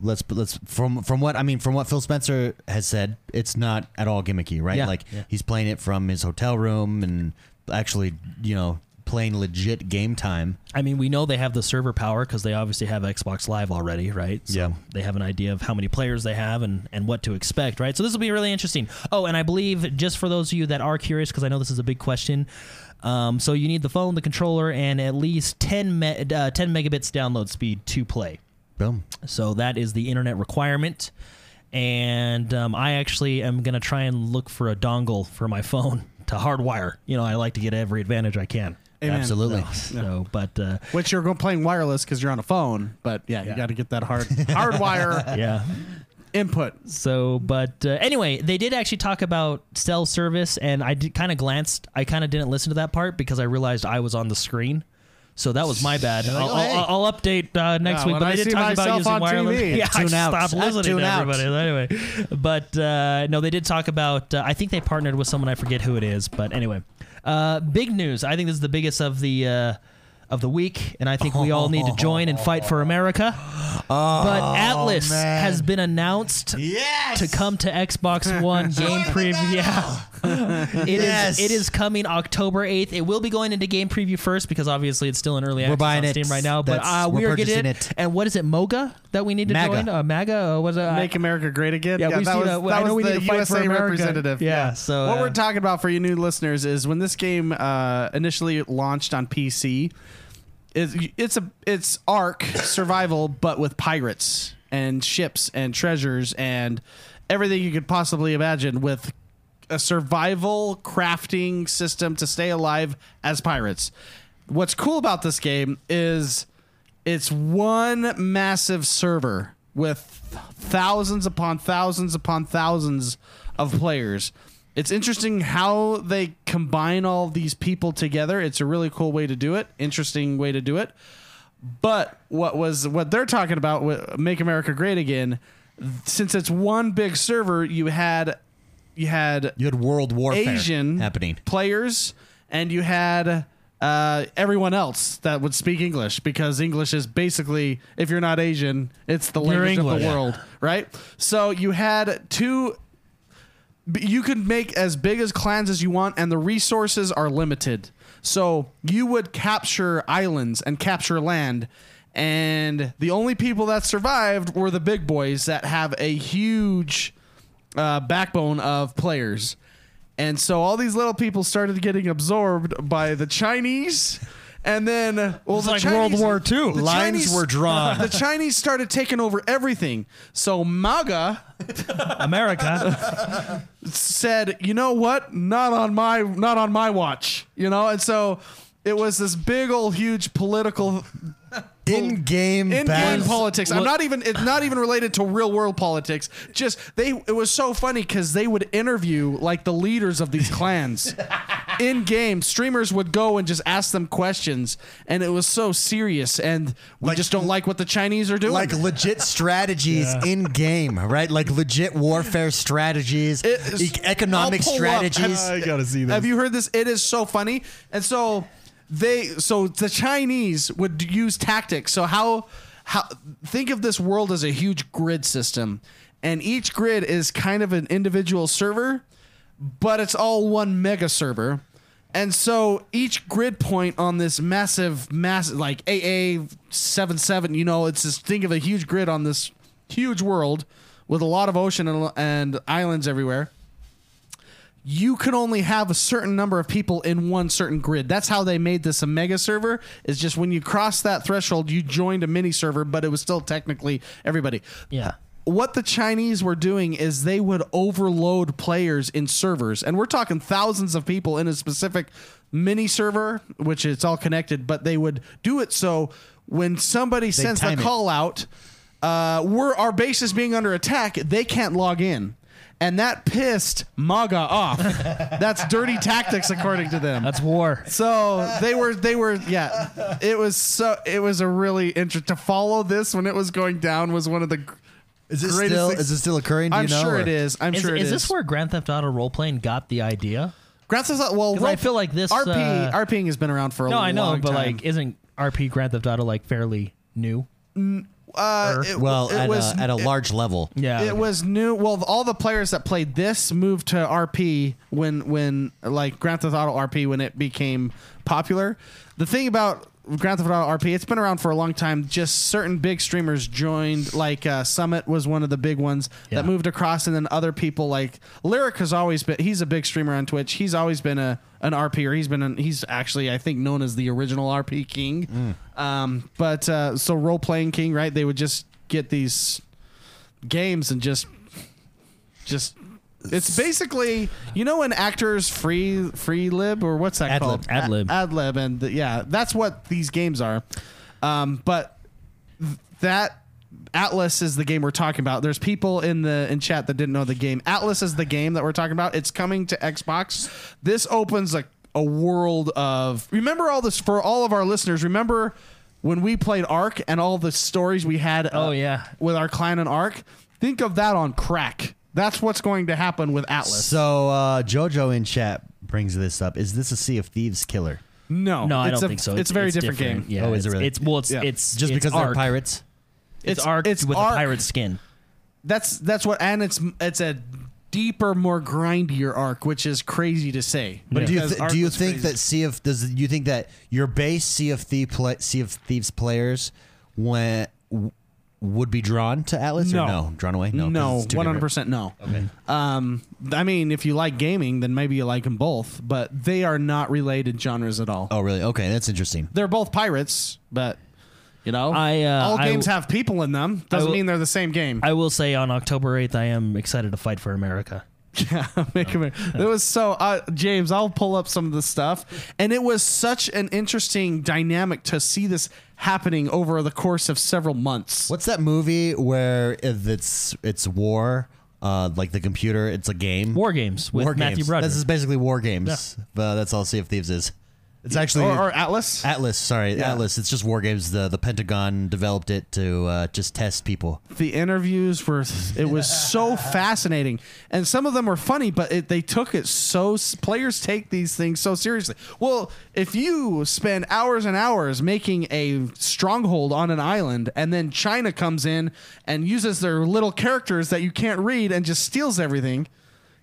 S1: Let's let's from from what I mean from what Phil Spencer has said, it's not at all gimmicky, right?
S2: Yeah.
S1: Like
S2: Yeah.
S1: he's playing it from his hotel room and actually, you know, playing legit game time.
S2: I mean, we know they have the server power because they obviously have Xbox Live already, right? So
S1: Yeah.
S2: They have an idea of how many players they have and, and what to expect, right? So this will be really interesting. Oh, and I believe just for those of you that are curious, because I know this is a big question, um, so you need the phone, the controller, and at least 10, me- uh, 10 megabits download speed to play.
S1: Boom.
S2: So that is the internet requirement. And um, I actually am going to try and look for a dongle for my phone to hardwire. You know, I like to get every advantage I can.
S3: Amen.
S1: Absolutely.
S2: So, but uh,
S3: Which you're going playing wireless because you're on a phone, but yeah, you got to get that hard hardwire
S2: yeah.
S3: input.
S2: So, but uh, anyway, they did actually talk about cell service, and I did kind of glanced. I kind of didn't listen to that part because I realized I was on the screen. So that was my bad. I'll,
S1: oh,
S2: I'll-
S1: hey.
S2: I'll, update uh, next
S3: Yeah,
S2: week.
S3: when
S2: But
S3: I
S2: I did
S3: see
S2: talk about
S3: myself
S2: using
S3: on
S2: wireless.
S3: TV,
S2: yeah,
S1: tune
S2: I
S1: out.
S2: stopped
S1: I
S2: listening
S1: tune
S2: to
S1: out.
S2: everybody. Anyway, but uh, no, they did talk about. Uh, I think they partnered with someone. I forget who it is, but anyway, uh, big news. I think this is the biggest of the. Uh, of the week, and I think we all need to join and fight for America. but Atlas
S1: Oh, man.
S2: has been announced
S1: Yes.
S2: to come to Xbox One game preview. Yeah. It is-
S1: Yes.
S2: it is coming October 8th. It will be going into game preview first because obviously it's still in early access
S1: buying
S2: on
S1: it.
S2: Steam right now, but
S1: That's-
S2: uh, we
S1: we're
S2: are getting
S1: purchasing it.
S2: And what is it MOGA that we need to
S1: MAGA.
S2: join? Uh, MAGA or was it I-
S3: Make America Great Again.
S2: Yeah, we've
S3: that
S2: seen
S3: was,
S2: that.
S3: that
S2: I
S3: was
S2: know we
S3: the
S2: need to fight for
S3: USA
S2: America.
S3: representative.
S2: Yeah, so,
S3: what
S2: uh,
S3: we're talking about for you new listeners is when this game uh, initially launched on PC. Is it's a it's Ark survival, but with pirates and ships and treasures and everything you could possibly imagine with a survival crafting system to stay alive as pirates. What's cool about this game is it's one massive server with thousands upon thousands upon thousands of players. It's interesting how they combine all these people together. It's a really cool way to do it. Interesting way to do it. But what was what they're talking about with Make America Great Again, since it's one big server, you had you had
S1: You had world warfare
S3: Asian
S1: happening.
S3: players, and you had uh, everyone else that would speak English because English is basically, if you're not Asian, it's the language of
S2: English.
S3: the world, right? So you had two. b- You could make as big as clans as you want, and the resources are limited. So you would capture islands and capture land. And the only people that survived were the big boys that have a huge uh, backbone of players. And so all these little people started getting absorbed by the Chinese. And then, well, the
S2: like
S3: Chinese-
S2: World War II.
S3: the
S1: Lines were drawn.
S3: The Chinese started taking over everything. So MAGA
S2: America.
S3: said, "You know what? Not on my not on my watch." You know, and so it was this big old huge political
S1: In game
S3: in game
S1: battles.
S3: politics. I'm
S2: What-
S3: not even it's not even related to real world politics. Just they it was so funny because they would interview like the leaders of these clans. in game, streamers would go and just ask them questions, and it was so serious. And we just don't like what the Chinese are doing.
S1: like legit strategies in game, right? Like legit warfare strategies,
S3: It-
S1: e- economic
S3: I'll pull up.
S1: strategies.
S5: I gotta see this.
S3: Have you heard this? It is so funny. And so they so the Chinese would use tactics. So how how think of this world as a huge grid system. and each grid is kind of an individual server, but it's all one mega server. And so each grid point on this massive, massive, like AA77, you know, it's this think of a huge grid on this huge world with a lot of ocean and, and islands everywhere you can only have a certain number of people in one certain grid. That's how they made this a mega server. Is just when you cross that threshold, you joined a mini server, but it was still technically everybody.
S2: Yeah.
S3: What the Chinese were doing is they would overload players in servers, and we're talking thousands of people in a specific mini server, which it's all connected. But they would do it so when somebody sends the
S1: time it.
S3: call out, uh, we're our base is being under attack. They can't log in. And that pissed MAGA off. That's dirty tactics, according to them.
S2: That's war.
S3: So they were, they were, yeah. It was so, it was a really interesting. To follow this when it was going down was one of the. gr-
S1: Is this
S3: greatest
S1: still
S3: things-
S1: is this still occurring? Do
S3: I'm
S1: you know,
S3: sure
S1: or-
S3: it is. I'm
S2: Is,
S3: sure it
S2: is this where Grand Theft Auto role playing got the idea?
S3: Grand Theft Auto? Well,
S2: 'Cause I
S3: role-
S2: feel like this,
S3: RP
S2: uh,
S3: RPing has been around for a
S2: No,
S3: long
S2: I
S3: time.
S2: know, but like, isn't RP Grand Theft Auto like fairly new? er,
S3: uh, it,
S1: Well,
S3: it
S1: at,
S3: was
S1: a, at a large level.
S2: Yeah.
S3: it was new. Well, all the players that played this moved to RP when when like Grand Theft Auto RP when it became popular. The thing about Grand Theft Auto RP, it's been around for a long time. Just certain big streamers joined, like uh, Summit was one of the big ones
S2: Yeah.
S3: that moved across, and then other people like Lyric has always been. He's a big streamer on Twitch. He's always been a an RP, or he's been an, he's actually I think known as the original RP King.
S2: Mm.
S3: Um, but uh, so role playing King, right? They would just get these games and just just it's basically you know when actors free free lib or what's that
S2: Ad
S3: called
S2: lib, ad lib.
S3: ad lib and the, yeah that's what these games are um, but th- that Atlas is the game we're talking about. There's people in the in chat that didn't know the game. Atlas is the game that we're talking about. It's coming to Xbox. This opens a a world of remember all this for all of our listeners. Remember when we played Ark and all the stories we had. uh,
S2: Oh, yeah.
S3: with our client and Ark. Think of that on crack. That's what's going to happen with Atlas.
S1: So uh, JoJo in chat brings this up. Is this a Sea of Thieves killer?
S3: No,
S2: no, I
S3: it's
S2: don't
S3: a,
S2: think so.
S3: It's a very different, game.
S2: Yeah,
S1: Oh, is it
S2: it's,
S1: really?
S2: It's well, it's
S3: Yeah.
S2: it's
S1: Just
S2: it's
S1: because they're
S2: arc.
S1: pirates?
S2: It's,
S3: It's-
S2: arc
S3: it's
S2: with
S3: arc.
S2: a pirate skin.
S3: That's that's what, and it's it's a deeper, more grindier arc, which is crazy to say.
S1: But do you
S3: Because
S1: th-
S3: Ark
S1: do you
S3: was
S1: think
S3: crazy.
S1: that Sea of does you think that your base Sea of Thieves play, Sea of Thieves players went w- would be drawn to Atlas or no drawn away? No, 'cause
S3: no,
S1: it's too
S3: one hundred
S1: different.
S3: percent no. Okay. Um, I mean, if you like gaming, then maybe you like them both, but they are not related genres at all.
S1: Oh, really? Okay, that's interesting.
S3: They're both pirates, but you know,
S2: I, uh,
S3: all
S2: I
S3: games
S2: w-
S3: have people in them. Doesn't
S2: will-
S3: mean they're the same game.
S2: I will say on October eighth, I am excited to fight for America.
S3: Yeah, make him. It was so uh, James. I'll pull up some of the stuff, and it was such an interesting dynamic to see this happening over the course of several months.
S1: What's that movie where if it's it's war? Uh, like the computer, it's a game.
S2: War games with
S1: War
S2: Matthew
S1: games.
S2: Broderick.
S1: This is basically war games. But that's all Sea of Thieves is. It's actually
S3: Or, or Atlas?
S1: Atlas. Sorry, Atlas. It's just war games. The the Pentagon developed it to uh, just test people.
S3: the interviews were. It was so fascinating, and some of them were funny, but it, they took it so. s- Players take these things so seriously. Well, if you spend hours and hours making a stronghold on an island, and then China comes in and uses their little characters that you can't read and just steals everything.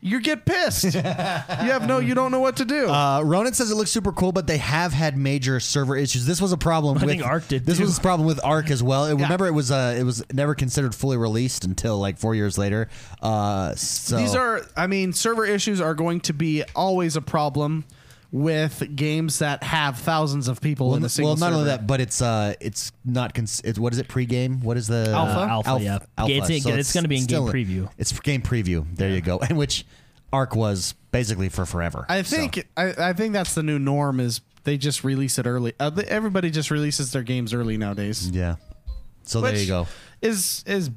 S3: you get pissed. you have no, you don't know what to do.
S1: Uh, Ronan says it looks super cool, but they have had major server issues. This was a problem. with,
S2: think Arc did
S1: This
S2: too.
S1: was a problem with Arc as well. It- Remember, it was uh, it was never considered fully released until like four years later. Uh, so
S3: These are, I mean, server issues are going to be always a problem with games that have thousands of people
S1: well,
S3: in
S1: n-
S3: a single
S1: well, not only
S3: server.
S1: that, but it's uh, it's not cons- it's what is it pregame? What is the
S2: Alpha?
S1: Uh,
S2: Alpha, yeah. It's- it's gonna be in game
S1: still-
S2: preview.
S1: It's game preview. There you go. And which Arc was basically for forever.
S3: I think I, I think that's the new norm is they just release it early. Uh, th- everybody just releases their games early nowadays.
S1: Yeah. So there you
S3: Which
S1: go.
S3: Is is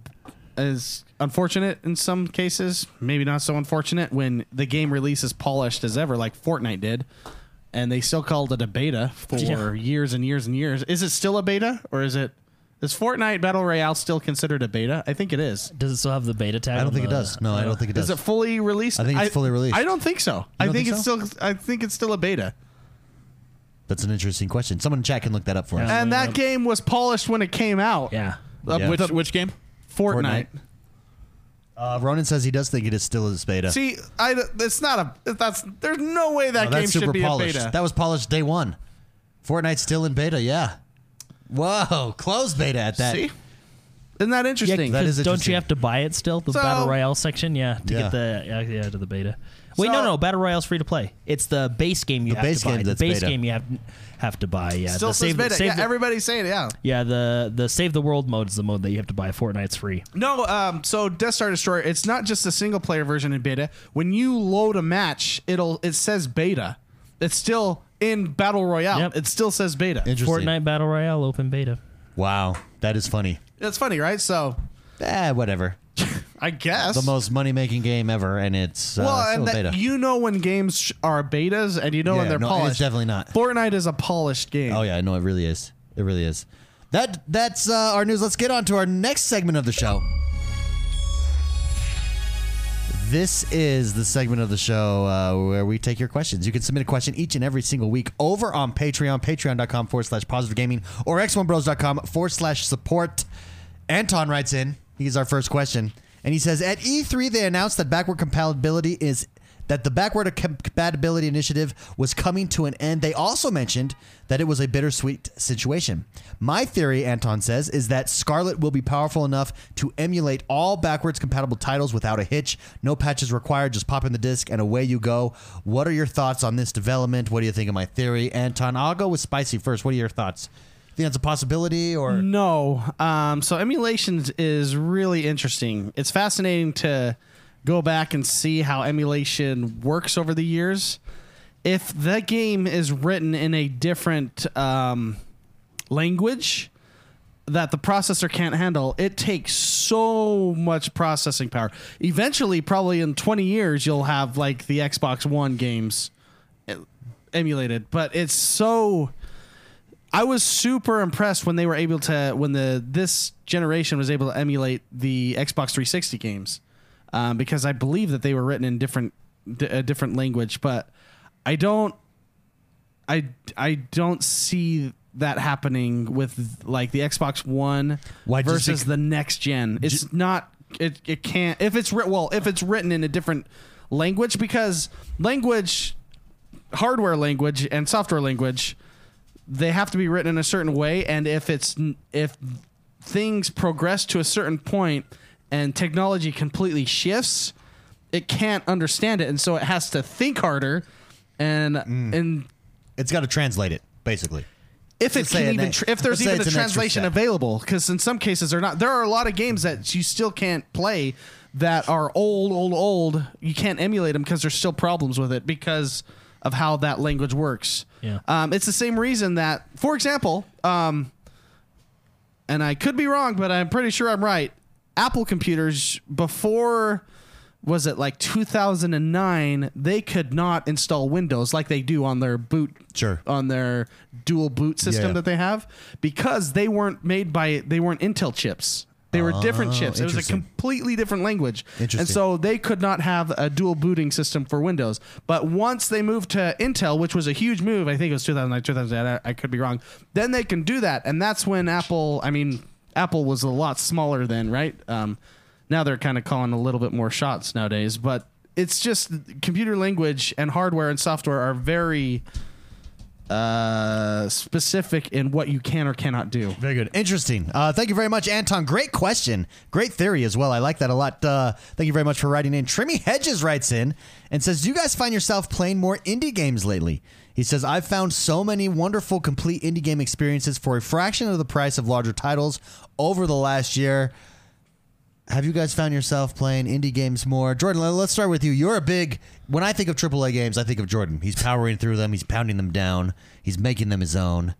S3: is unfortunate in some cases, maybe not so unfortunate when the game release is polished as ever, like Fortnite did, and they still called it a beta for
S2: Yeah.
S3: years and years and years. Is it still a beta, or is it? Is Fortnite Battle Royale still considered a beta? I think it is.
S2: Does it still have the beta tag?
S1: I don't
S2: on
S1: think it
S2: the-
S1: does. No, I don't think it does.
S3: Is it fully released?
S1: I think it's fully released.
S3: I don't think so. I
S1: don't
S3: think,
S1: think
S3: it's
S1: so?
S3: still. I think it's still a beta.
S1: That's an interesting question. Someone in chat can look that up for us.
S2: Yeah.
S3: And that game was polished when it came out.
S2: Yeah.
S3: Uh,
S1: Yeah.
S3: Which
S5: Which game?
S1: Fortnite.
S3: Fortnite.
S1: Uh, Ronan says he does think it is still his beta.
S3: See, I it's not a that's there's no way that
S1: Oh,
S3: game
S1: that's
S3: should
S1: super
S3: be a
S1: polished.
S3: beta.
S1: That was polished day one. Fortnite's still in beta. Yeah. Whoa, closed beta at that.
S3: See, isn't that interesting?
S1: that is
S2: don't
S1: interesting.
S2: you have to buy it still? The
S3: So-
S2: battle royale section, yeah, to
S1: Yeah.
S2: get the yeah, yeah to the beta. Wait,
S3: So-
S2: no, no, battle royale's free to play. It's the base game you have
S1: base
S2: to buy.
S1: game
S2: the
S1: that's
S2: base
S1: beta.
S2: game you have have to buy. Yeah,
S3: Still
S2: the
S3: says
S2: save,
S3: beta.
S2: save
S3: Yeah,
S2: the,
S3: everybody's saying it. Yeah.
S2: yeah, the the save the world mode is the mode that you have to buy. Fortnite's free.
S3: No, um, so Death Star Destroyer, it's not just a single player version in beta. When you load a match, it'll it says beta. It's still in battle royale.
S2: Yep.
S3: It still says beta.
S1: Interesting.
S2: Fortnite battle royale open beta.
S1: Wow, that is funny.
S3: That's funny, right? So
S1: Eh, whatever.
S3: I guess
S1: The most money making game ever, and it's uh,
S3: well,
S1: still
S3: and
S1: a
S3: that,
S1: beta.
S3: you know when games sh- are betas, and you know when
S1: Yeah,
S3: they're
S1: no, it's
S3: polished.
S1: definitely not.
S3: Fortnite is a polished game.
S1: oh yeah, no, it really is. It really is. That that's uh, our news. Let's get on to our next segment of the show. This is the segment of the show uh, where we take your questions. You can submit a question each and every single week over on Patreon, patreon.com forward slash positive gaming or x1bros.com forward slash support. Anton writes in, he's our first question, and he says At E3, they announced that backward compatibility is. That the backward com- compatibility initiative was coming to an end. They also mentioned that it was a bittersweet situation. My theory, Anton says, is that Scarlet will be powerful enough to emulate all backwards compatible titles without a hitch. No patches required, just pop in the disc and away you go. What are your thoughts on this development? What do you think of my theory? Anton, I'll go with Spicy first. What are your thoughts? Think that's a possibility or
S3: Mm. No. Um, so emulations is really interesting. It's fascinating to go back and see how emulation works over the years. If the game is written in a different um, language that the processor can't handle, it takes so much processing power. Eventually, probably in 20 years, you'll have like the Xbox One games em- emulated, but it's so I was super impressed when they were able to when the this generation was able to emulate the Xbox 360 games um, because I believe that they were written in different di- a different language, but I don't I I don't see that happening with like the Xbox One
S1: Why, just
S3: versus
S1: bec-
S3: the next gen. It's not it it can't if it's writ well if it's written in a different language because language hardware language and software language they have to be written in a certain way and if it's if things progress to a certain point and technology completely shifts it can't understand it and so it has to think harder and and
S1: it's got to translate it basically.
S3: if it
S1: Let's say
S3: can
S1: an
S3: even
S1: ex-
S3: tr if
S1: let's
S3: there's
S1: say
S3: even a
S1: it's an extra
S3: translation
S1: step.
S3: available because in some cases they're not there are a lot of games that you still can't play that are old old old you can't emulate them because there's still problems with it because of how that language works
S2: Yeah.
S3: um, it's the same reason that for example um, and i could be wrong but i'm pretty sure i'm right apple computers before was it like 2009 they could not install windows like they do on their boot
S1: Sure.
S3: on their dual boot system
S1: yeah.
S3: that they have because they weren't made by they weren't Intel chips. They were different
S1: Oh,
S3: chips. It was a
S1: interesting.
S3: completely different language. And
S1: Interesting.
S3: so they could not have a dual booting system for Windows. But once they moved to Intel, which was a huge move, I think it was 2009, 2010, I, I could be wrong, then they can do that. And that's when Apple, I mean, Apple was a lot smaller then, right? Um, now they're kind of calling a little bit more shots nowadays. But it's just computer language and hardware and software are very uh, specific in what you can or cannot do.
S1: Very good. Interesting. Uh, thank you very much, Anton. Great question. Great theory as well. I like that a lot. Uh, thank you very much for writing in. Trimmy Hedges writes in and says, Do you guys find yourself playing more indie games lately? He says, I've found so many wonderful, complete indie game experiences for a fraction of the price of larger titles over the last year. Have you guys found yourself playing indie games more? Jordan, let- let's start with you. You're a big. When I think of AAA games, I think of Jordan. He's powering through them, he's pounding them down, he's making them his own.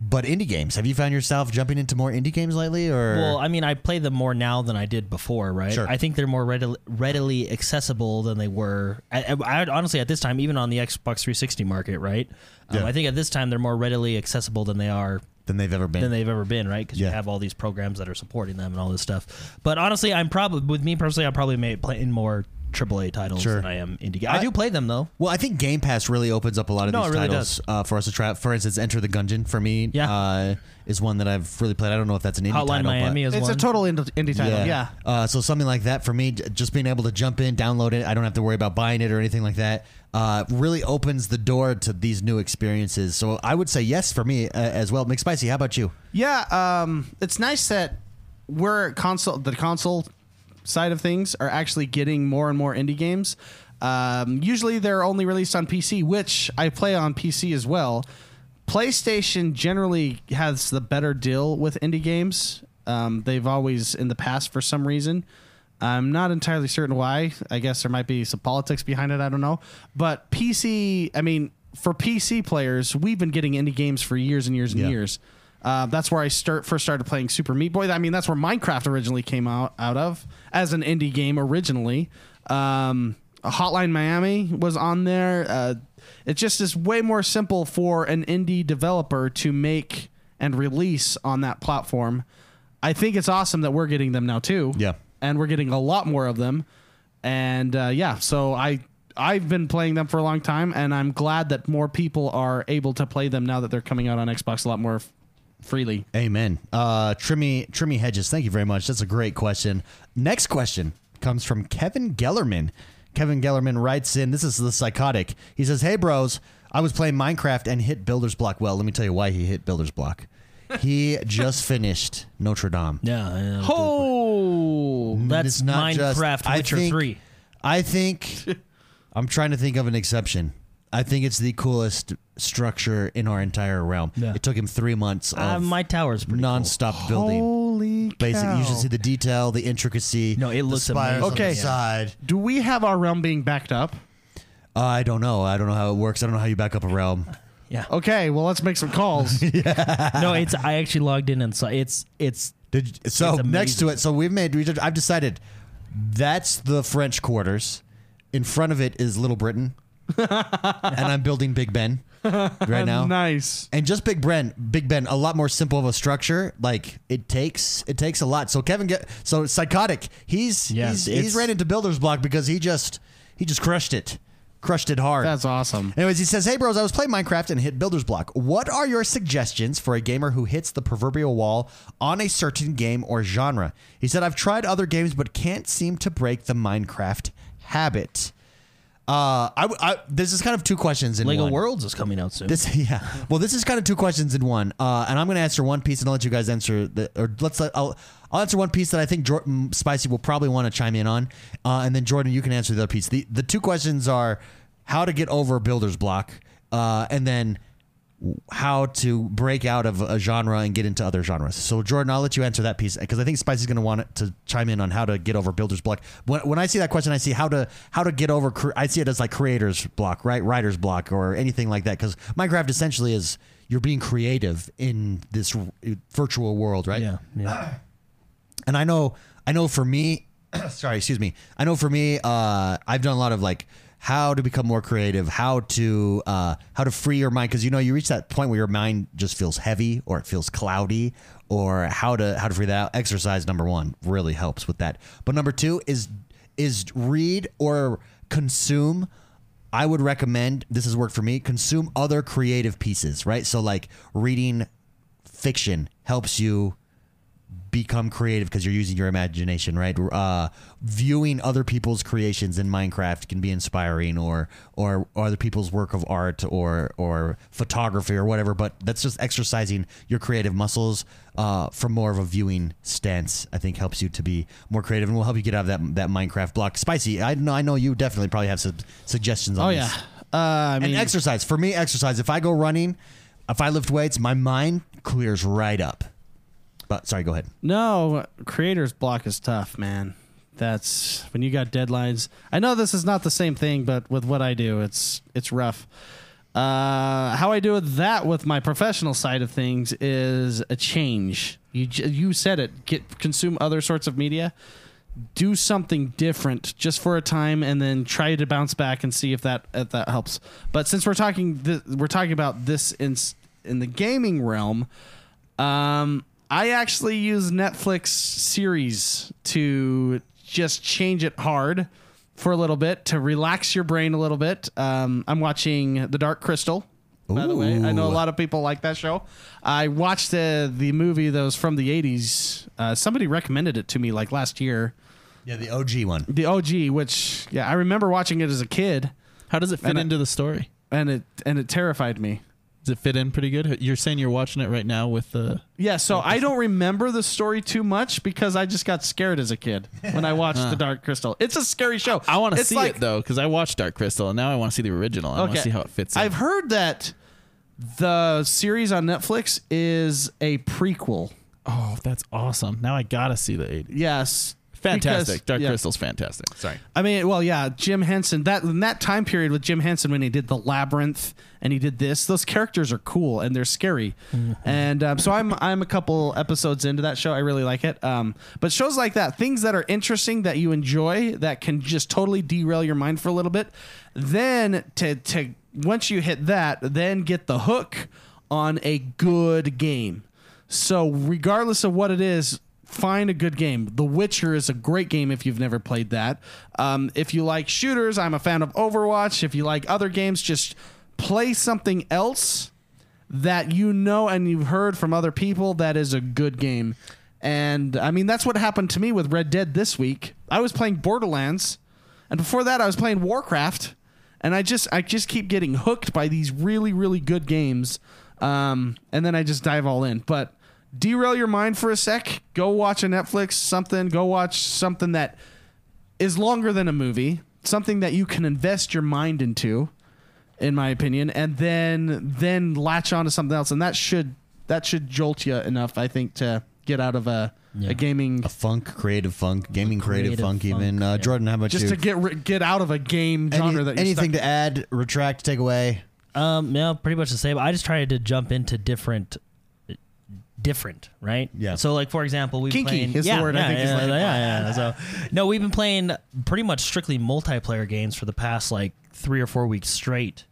S1: But indie games, have you found yourself jumping into more indie games lately? Or
S2: Well, I mean, I play them more now than I did before, right?
S1: Sure.
S2: I think they're more readily, readily accessible than they were. I, I, I'd honestly, at this time, even on the Xbox 360 market, right? Um,
S1: Yeah.
S2: I think at this time they're more readily accessible than they are
S1: than they've ever been.
S2: than they've ever been, right? Because
S1: Yeah.
S2: you have all these programs that are supporting them and all this stuff. But honestly, I'm probably with me personally, I'm probably may- playing more AAA titles
S1: Sure.
S2: than I am indie. I, I
S1: I-
S2: do play them though.
S1: Well, I think Game Pass really opens up a lot of
S2: No,
S1: these
S2: it really
S1: titles uh, for us to try. For instance, Enter the Gungeon for me
S2: Yeah.
S1: uh, is one that I've really played. I don't know if that's an indie
S2: Hotline
S1: title,
S2: Miami
S1: but,
S2: is
S3: It's
S2: one.
S3: a total ind- indie title. Yeah.
S1: Uh, so something like that for me, j- just being able to jump in, download it. I don't have to worry about buying it or anything like that. Uh, really opens the door to these new experiences. So I would say yes for me uh, as well. McSpicy, how about you?
S3: Yeah, um, it's nice that we're console the console side of things are actually getting more and more indie games. Um, usually they're only released on PC, which I play on PC as well. PlayStation generally has the better deal with indie games. Um, they've always in the past for some reason. I'm not entirely certain why. I guess there might be some politics behind it. I don't know. But PC, I mean, for PC players, we've been getting indie games for years and years and
S1: Yeah.
S3: years. Uh, that's where I start first started playing Super Meat Boy. I mean, that's where Minecraft originally came out out of as an indie game originally. Um, Hotline Miami was on there. Uh, it just is way more simple for an indie developer to make and release on that platform. I think it's awesome that we're getting them now too
S1: Yeah.
S3: and we're getting a lot more of them. And uh, yeah, so I I've been playing them for a long time, and I'm glad that more people are able to play them now that they're coming out on Xbox a lot more f- freely.
S1: Amen. Uh, Trimmy, Trimmy Hedges, thank you very much. That's a great question. Next question comes from Kevin Gellerman. Kevin Gellerman writes in, this is the psychotic. He says, Hey, bros, I was playing Minecraft and hit Builder's Block. Well, let me tell you why he hit Builder's Block. He just finished Notre Dame.
S2: yeah. yeah.
S3: Oh,
S2: That's
S1: It's not just-
S2: Minecraft
S1: I
S2: Witcher
S1: think-
S2: 3.
S1: I think I'm trying to think of an exception. I think it's the coolest structure in our entire realm.
S2: Yeah.
S1: It took him three months of
S2: Uh, my tower's pretty cool.
S1: nonstop building.
S3: holy
S1: Basically, you should
S3: cow.
S1: see the detail, the intricacy.
S2: No, it
S1: the
S2: looks
S1: spires on
S2: amazing.
S1: the
S3: Okay.
S1: side. Uh,
S3: Do we have our realm being backed up?
S1: I don't know. I don't know how it works. I don't know how you back up a realm.
S2: Yeah.
S3: Okay, well let's make some calls.
S2: no, it's I actually logged in and saw it's it's
S1: Did you- so
S2: It's
S1: next to it. So we've made. We, I've decided that's the French quarters. In front of it is Little Britain, and I'm building Big Ben right now.
S3: nice.
S1: And just Big Ben, Big Ben, a lot more simple of a structure. Like it takes, it takes a lot. So Kevin, get so psychotic. He's
S2: Yeah,
S1: he's,
S2: it's-
S1: he's ran into builder's block because he just he just crushed it, crushed it hard.
S3: That's awesome.
S1: Anyways, he says, "Hey bros, I was playing Minecraft and hit builder's block. What are your suggestions for a gamer who hits the proverbial wall on a certain game or genre?" He said, "I've tried other games but can't seem to break the Minecraft habit." Uh, I, w- I this is kind of two questions in
S2: Lego
S1: one.
S2: Worlds is coming out soon.
S1: This yeah. Well, this is kind of two questions in one, uh, and I'm going to answer one piece, and I'll let you guys answer the or let's let, I'll I'll answer one piece that I think Jordan Spicy will probably want to chime in on, uh, and then Jordan, you can answer the other piece. the The two questions are how to get over builder's block, uh, and then how to break out of a genre and get into other genres. So Jordan, I'll let you answer that piece because I think Spicy's going to want to chime in on how to get over builder's block. When, when I see that question, I see how to how to get over. cre- I see it as like creator's block, right? Writer's block or anything like that because Minecraft essentially is you're being creative in this r- virtual world, right?
S2: yeah. Yeah.
S1: and I know I know for me sorry excuse me I know for me uh, I've done a lot of like how to become more creative how to uh, how to free your mind because you know you reach that point where your mind just feels heavy or it feels cloudy or how to how to free that out exercise number one really helps with that but number two is is read or consume I would recommend this has worked for me consume other creative pieces right so like reading fiction helps you become creative because you're using your imagination, right? Uh, viewing other people's creations in Minecraft can be inspiring, or, or or other people's work of art, or or photography, or whatever. But that's just exercising your creative muscles uh, from more of a viewing stance. I think helps you to be more creative, and will help you get out of that that Minecraft block. Spicy, I know I know you definitely probably have some suggestions on
S3: Oh
S1: this
S3: yeah. Uh, I mean,
S1: and exercise for me exercise if i go running if i lift weights my mind clears right up but sorry go ahead
S3: No, creator's block is tough, man. That's when you got deadlines. I know this is not the same thing, but with what I do, it's it's rough. Uh, how I do with that with my professional side of things is a change. You j- you said it. Get consume other sorts of media. Do something different just for a time, and then try to bounce back and see if that if that helps. But since we're talking th- we're talking about this in s- in the gaming realm, um, I actually use Netflix series to just change it hard for a little bit to relax your brain a little bit. Um, I'm watching The Dark Crystal. By the way, I know a lot of people like that show. I watched uh, the movie that was from the 80s. Uh, somebody recommended it to me like last year.
S1: Yeah, the OG one.
S3: The OG, which yeah, I remember watching it as a kid,
S5: How does it fit
S3: And I-
S5: into the story?
S3: and it and it terrified me.
S5: Does it fit in pretty good? You're saying you're watching it right now with the.
S3: Yeah, so I don't remember the story too much because I just got scared as a kid when I watched The Dark Crystal. It's a scary show.
S5: I want to
S3: It's
S5: see
S3: like-
S5: it though because I watched Dark Crystal and now I want to see the original. I want to see how it fits. In.
S3: I've heard that the series on Netflix is a prequel.
S5: oh, that's awesome! Now I gotta see the 80s.
S3: Yes.
S5: Fantastic.
S3: because-
S5: Dark
S3: yeah.
S5: Crystal's fantastic. Sorry.
S3: I mean, well, yeah, Jim Henson. That in that time period with Jim Henson when he did the labyrinth and he did this, those characters are cool and they're scary. And um, so I'm I'm a couple episodes into that show. I really like it. Um, but shows like that, things that are interesting that you enjoy that can just totally derail your mind for a little bit. Then to to once you hit that, then get the hook on a good game. So regardless of what it is, find a good game. The Witcher is a great game if you've never played that. Um, if you like shooters, I'm a fan of Overwatch. If you like other games, just play something else that you know and you've heard from other people that is a good game. And I mean, that's what happened to me with Red Dead this week. I was playing Borderlands, and before that, I was playing Warcraft. And I just, I just keep getting hooked by these really, really good games, um, and then I just dive all in. But derail your mind for a sec. Go watch a Netflix something. Go watch something that is longer than a movie, something that you can invest your mind into, in my opinion, and then then latch on to something else, and that should that should jolt you enough, I think, to get out of a a gaming
S1: A funk, creative funk, gaming creative,
S2: Creative
S1: funk,
S2: funk,
S1: even. Uh,
S2: yeah.
S1: Jordan, how about
S3: just
S1: you?
S3: to get ri get out of a game
S1: Any-
S3: genre that you're
S1: anything
S3: stuck-
S1: to add, retract, take away?
S2: Um, yeah, pretty much the same. I just tried to jump into different, different, right?
S1: Yeah.
S2: So, like for example, we've
S3: Kinky
S2: playing,
S3: is the
S2: yeah,
S3: word I
S2: yeah,
S3: think he's
S2: yeah,
S3: laying
S2: yeah, yeah, yeah. So, no, we've been playing pretty much strictly multiplayer games for the past like three or four weeks straight.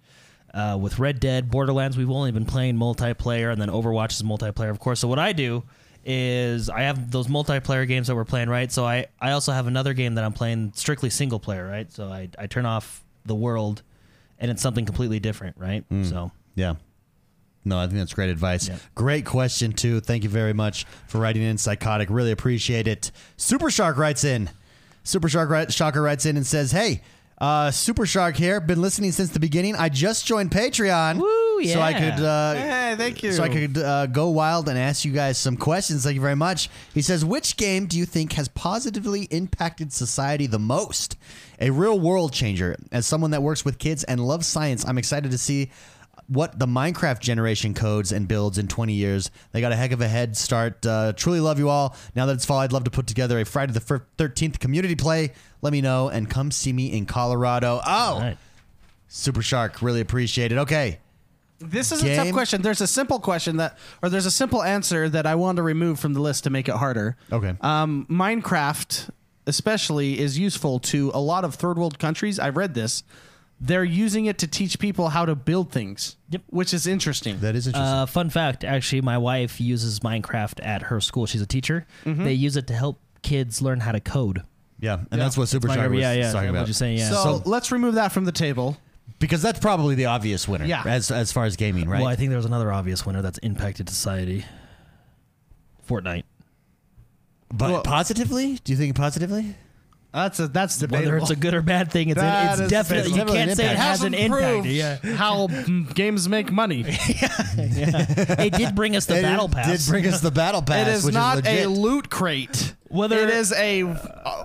S2: Uh, with Red Dead, Borderlands, we've only been playing multiplayer, and then Overwatch is multiplayer, of course. So what I do is I have those multiplayer games that we're playing, right? So I I also have another game that I'm playing strictly single player, right? So I I turn off the world, and it's something completely different, right?
S3: Hmm.
S2: So.
S1: Yeah. No, I think that's great advice.
S2: Yeah.
S1: Great question, too. Thank you very much for writing in, Psychotic. Really appreciate it. Super Shark writes in. Super Shark wri- Shocker writes in and says, Hey, uh, Super Shark here. Been listening since the beginning. I just joined Patreon.
S2: Woo,
S1: So I
S2: yeah.
S1: could uh,
S3: Hey, thank you.
S1: So I could uh, go wild and ask you guys some questions. Thank you very much. He says, Which game do you think has positively impacted society the most? A real world changer. As someone that works with kids and loves science, I'm excited to see what the Minecraft generation codes and builds in 20 years. They got a heck of a head start. Uh, truly love you all. Now that it's fall, I'd love to put together a Friday the fir- 13th community play. Let me know and come see me in Colorado.
S3: uh,
S1: Oh,
S2: All right.
S1: Super Shark. Really appreciate it. Okay.
S3: This is a tough
S1: Game?
S3: question. There's a simple question that, or there's a simple answer that I want to remove from the list to make it harder.
S1: Okay.
S3: Um, Minecraft, especially, is useful to a lot of third world countries. I've read this. They're using it to teach people how to build things,
S2: Yep.
S3: which is interesting.
S1: That is interesting.
S2: Uh, fun fact, actually, my wife uses Minecraft at her school. She's a teacher.
S1: Mm-hmm.
S2: They use it to help kids learn how to code.
S1: Yeah, and that's what Super
S2: Minecraft-
S1: Shark was
S2: yeah, yeah.
S1: talking
S2: What
S1: about.
S2: you're saying, yeah.
S3: so, let's remove that from the table.
S1: Because that's probably the obvious winner.
S3: Yeah.
S1: As as far as gaming, right?
S2: well, I think there's another obvious winner that's impacted society. Fortnite.
S1: but
S3: Well-
S1: positively, do you think positively?
S3: That's a that's debatable.
S2: Whether it's a good or bad thing, it's,
S3: That
S2: it's
S3: is
S2: definitely you
S1: debatable.
S2: can't say
S1: It
S2: it has an impact.
S3: improved
S2: Yeah.
S3: how mm, games make money.
S2: it did bring us the
S1: It
S2: battle pass.
S1: did bring us the battle pass.
S3: It is
S1: which
S3: not
S1: legit.
S3: a loot crate.
S2: Whether-
S3: it is a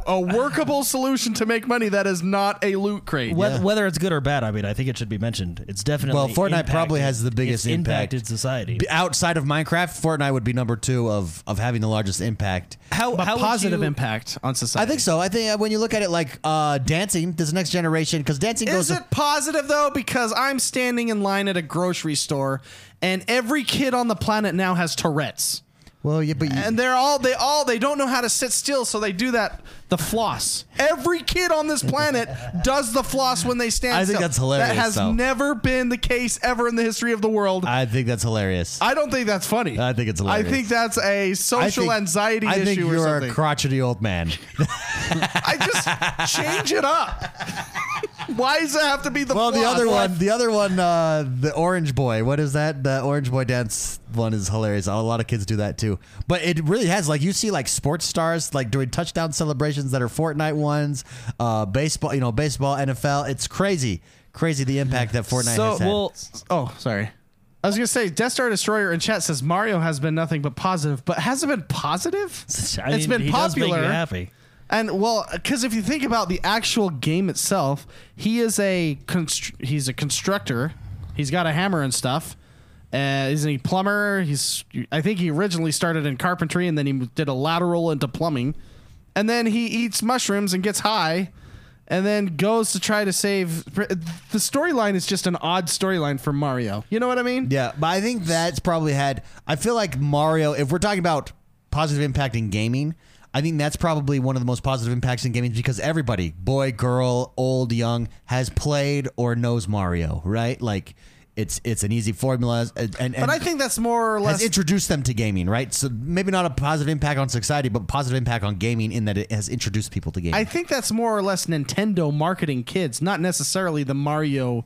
S3: a workable solution to make money, that is not a loot crate.
S2: Whe- Whether it's good or bad, I mean, I think it should be mentioned. It's definitely
S1: Well, Fortnite
S2: impacted-
S1: probably has the biggest
S2: it's
S1: impact.
S2: impacted society.
S1: B- outside of Minecraft. Fortnite would be number two of of having the largest impact.
S2: How,
S3: But
S2: how would
S3: positive
S2: you-
S3: impact on
S1: I
S3: society.
S1: think so. I think uh, when you look at it like uh, dancing, this next generation, because dancing
S3: Is
S1: goes.
S3: it positive though? Because I'm standing in line at a grocery store, and every kid on the planet now has Tourette's,
S1: well, yeah, but you,
S3: and they're all they all they don't know how to sit still, so they do that the floss. Every kid on this planet does the floss when they stand.
S1: I think
S3: still.
S1: that's hilarious,
S3: That has
S1: though.
S3: never been the case ever in the history of the world. I,
S1: I think that's hilarious.
S3: don't think that's funny.
S1: I think it's
S3: I
S1: hilarious.
S3: think that's a
S1: I
S3: social
S1: think-
S3: anxiety
S1: I
S3: issue
S1: think
S3: or
S1: you're
S3: something.
S1: a crotchety old man.
S3: I just change it up. Why does it have to be the
S1: Well, the
S3: floss?
S1: other
S3: Why-
S1: one, the other one, uh, the Orange Boy. What is that? The Orange Boy dance one is hilarious. A lot of kids do that too. But it really has like you see like sports stars like doing touchdown celebrations that are Fortnite ones, uh, baseball, you know, baseball, NFL. It's crazy, crazy the impact that Fortnite
S3: So
S1: has had.
S3: well, oh sorry. I was gonna say Death Star Destroyer in chat says Mario has been nothing but positive, but has it been positive?
S2: I mean,
S3: it's been
S2: he
S3: popular.
S2: Does make you happy.
S3: And well, because if you think about the actual game itself, he is a constr- he's a constructor. He's got a hammer and stuff. Uh, isn't he plumber? He's I think he originally started in carpentry and then he did a lateral into plumbing, and then he eats mushrooms and gets high, and then goes to try to save. The storyline is just an odd storyline for Mario. You know what I mean?
S1: Yeah, but I think that's probably had. I feel like Mario. If we're talking about positive impact in gaming, I think that's probably one of the most positive impacts in gaming because everybody, boy, girl, old, young, has played or knows Mario, right? Like, it's it's an easy formula, and, and
S3: But I think that's more or
S1: has
S3: less.
S1: introduced them to gaming, right? So maybe not a positive impact on society, but positive impact on gaming in that it has introduced people to gaming.
S3: I think that's more or less Nintendo marketing kids, not necessarily the Mario uh,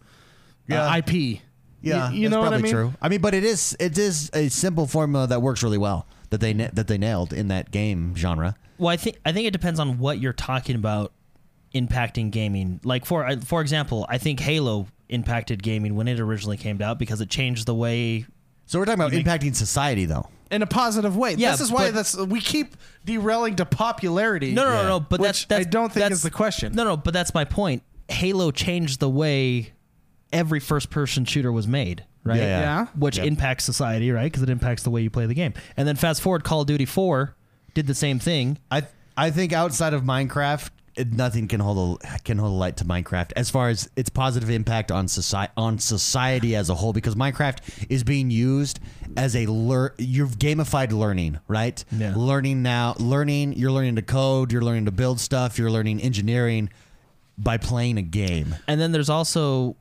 S1: Yeah.
S3: IP. Y-
S1: Yeah,
S3: you
S1: that's
S3: know what I
S1: probably
S3: mean.
S1: True. I mean, but it is it is a simple formula that works really well that they na- that they nailed in that game genre.
S2: Well, I think I think it depends on what you're talking about impacting gaming. Like for I- for example, I think Halo impacted gaming when it originally came out because it changed the way.
S1: So we're talking about impacting society, though.
S3: In a positive way.
S2: Yeah,
S3: this is why
S2: but-
S3: that's we keep derailing to popularity.
S2: No, no, no, no. But
S3: which
S2: that's, that's
S3: I don't think
S2: that's,
S3: is the question.
S2: No, no. But that's my point. Halo changed the way every first-person shooter was made, right?
S1: Yeah, yeah.
S3: Yeah.
S2: Which impacts society, right? Because it impacts the way you play the game. And then fast forward, Call of Duty Four did the same thing.
S1: I I think outside of Minecraft, it, nothing can hold a can hold a light to Minecraft as far as its positive impact on society on society as a whole. Because Minecraft is being used as a lear- you've gamified learning, right?
S2: Yeah.
S1: Learning now, learning you're learning to code, you're learning to build stuff, you're learning engineering by playing a game.
S2: And then there's also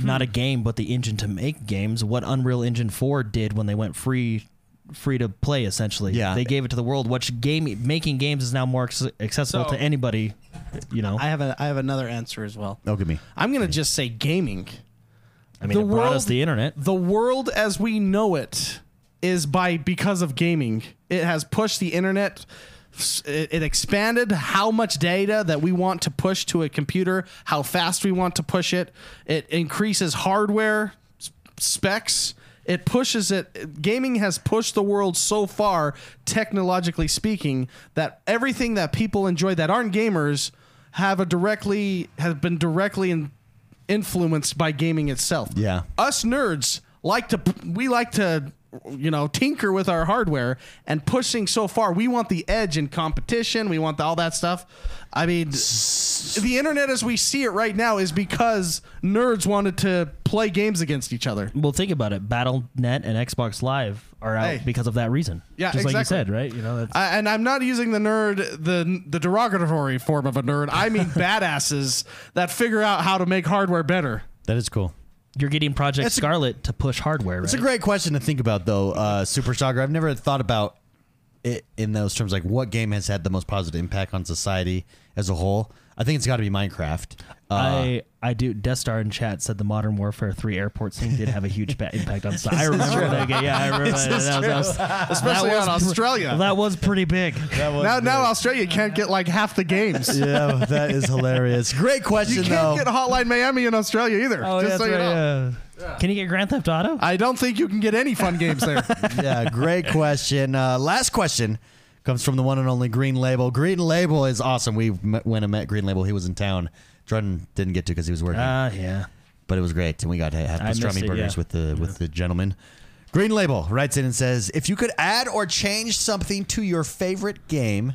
S2: not a
S3: Hmm.
S2: game, but the engine to make games. What Unreal Engine Four did when they went free, free to play essentially.
S1: Yeah.
S2: they gave it to the world. Which game making games is now more acce- accessible
S3: So-
S2: to anybody. You know,
S3: I
S2: I,
S3: have a I have another answer as well.
S1: Look at me.
S3: I'm gonna just say gaming.
S2: mean,
S3: the
S2: it brought
S3: world-
S2: us the internet.
S3: The world as we know it is by because of gaming. It has pushed the internet. s- It it expanded how much data that we want to push to a computer, how fast we want to push it. It increases hardware s- specs. It pushes it. Gaming has pushed the world so far, technologically speaking, that everything that people enjoy that aren't gamers have a directly have been directly in, influenced by gaming itself
S1: Yeah.
S3: us nerds like to we like to you know tinker with our hardware and pushing so far we want the edge in competition we want the, all that stuff i mean the internet as we see it right now is because nerds wanted to play games against each other
S2: Well, think about it. BattleNet and Xbox Live are out
S3: Hey.
S2: because of that reason.
S3: Yeah,
S2: just like you
S3: exactly.
S2: said, right? You know, that's,
S3: I, and i'm not using the nerd the the derogatory form of a nerd i mean badasses that figure out how to make hardware better
S1: That is cool.
S2: you're getting Project Scarlet to push hardware, right?
S1: It's a great question to think about, though, uh, Super Shocker. I've never thought about it in those terms. Like, what game has had the most positive impact on society as a whole? I think it's got to be Minecraft. Uh,
S2: I I do. Death Star in chat said the Modern Warfare Three airport scene did have a huge ba- impact on. I remember that. game. Yeah, I remember that. That was- that was-
S3: especially on australia
S2: that was pretty big.
S3: now, now australia can't get like half the games
S1: yeah, that is hilarious. Great question,
S3: You
S1: though.
S3: can't get Hotline Miami in Australia either.
S1: Oh,
S3: just so you know.
S2: Can you get Grand Theft Auto?
S3: I don't think you can get any fun games there.
S1: yeah, great question. Uh, last question comes from the one and only Green Label. Green Label is awesome. We met, went and met Green Label. He was in town. Jordan didn't get to because he was working.
S2: Ah, yeah.
S1: but it was great, and we got to have
S2: I missed
S1: pastrami
S2: it,
S1: burgers
S2: yeah.
S1: with the with the gentleman. Green Label writes in and says, "If you could add or change something to your favorite game,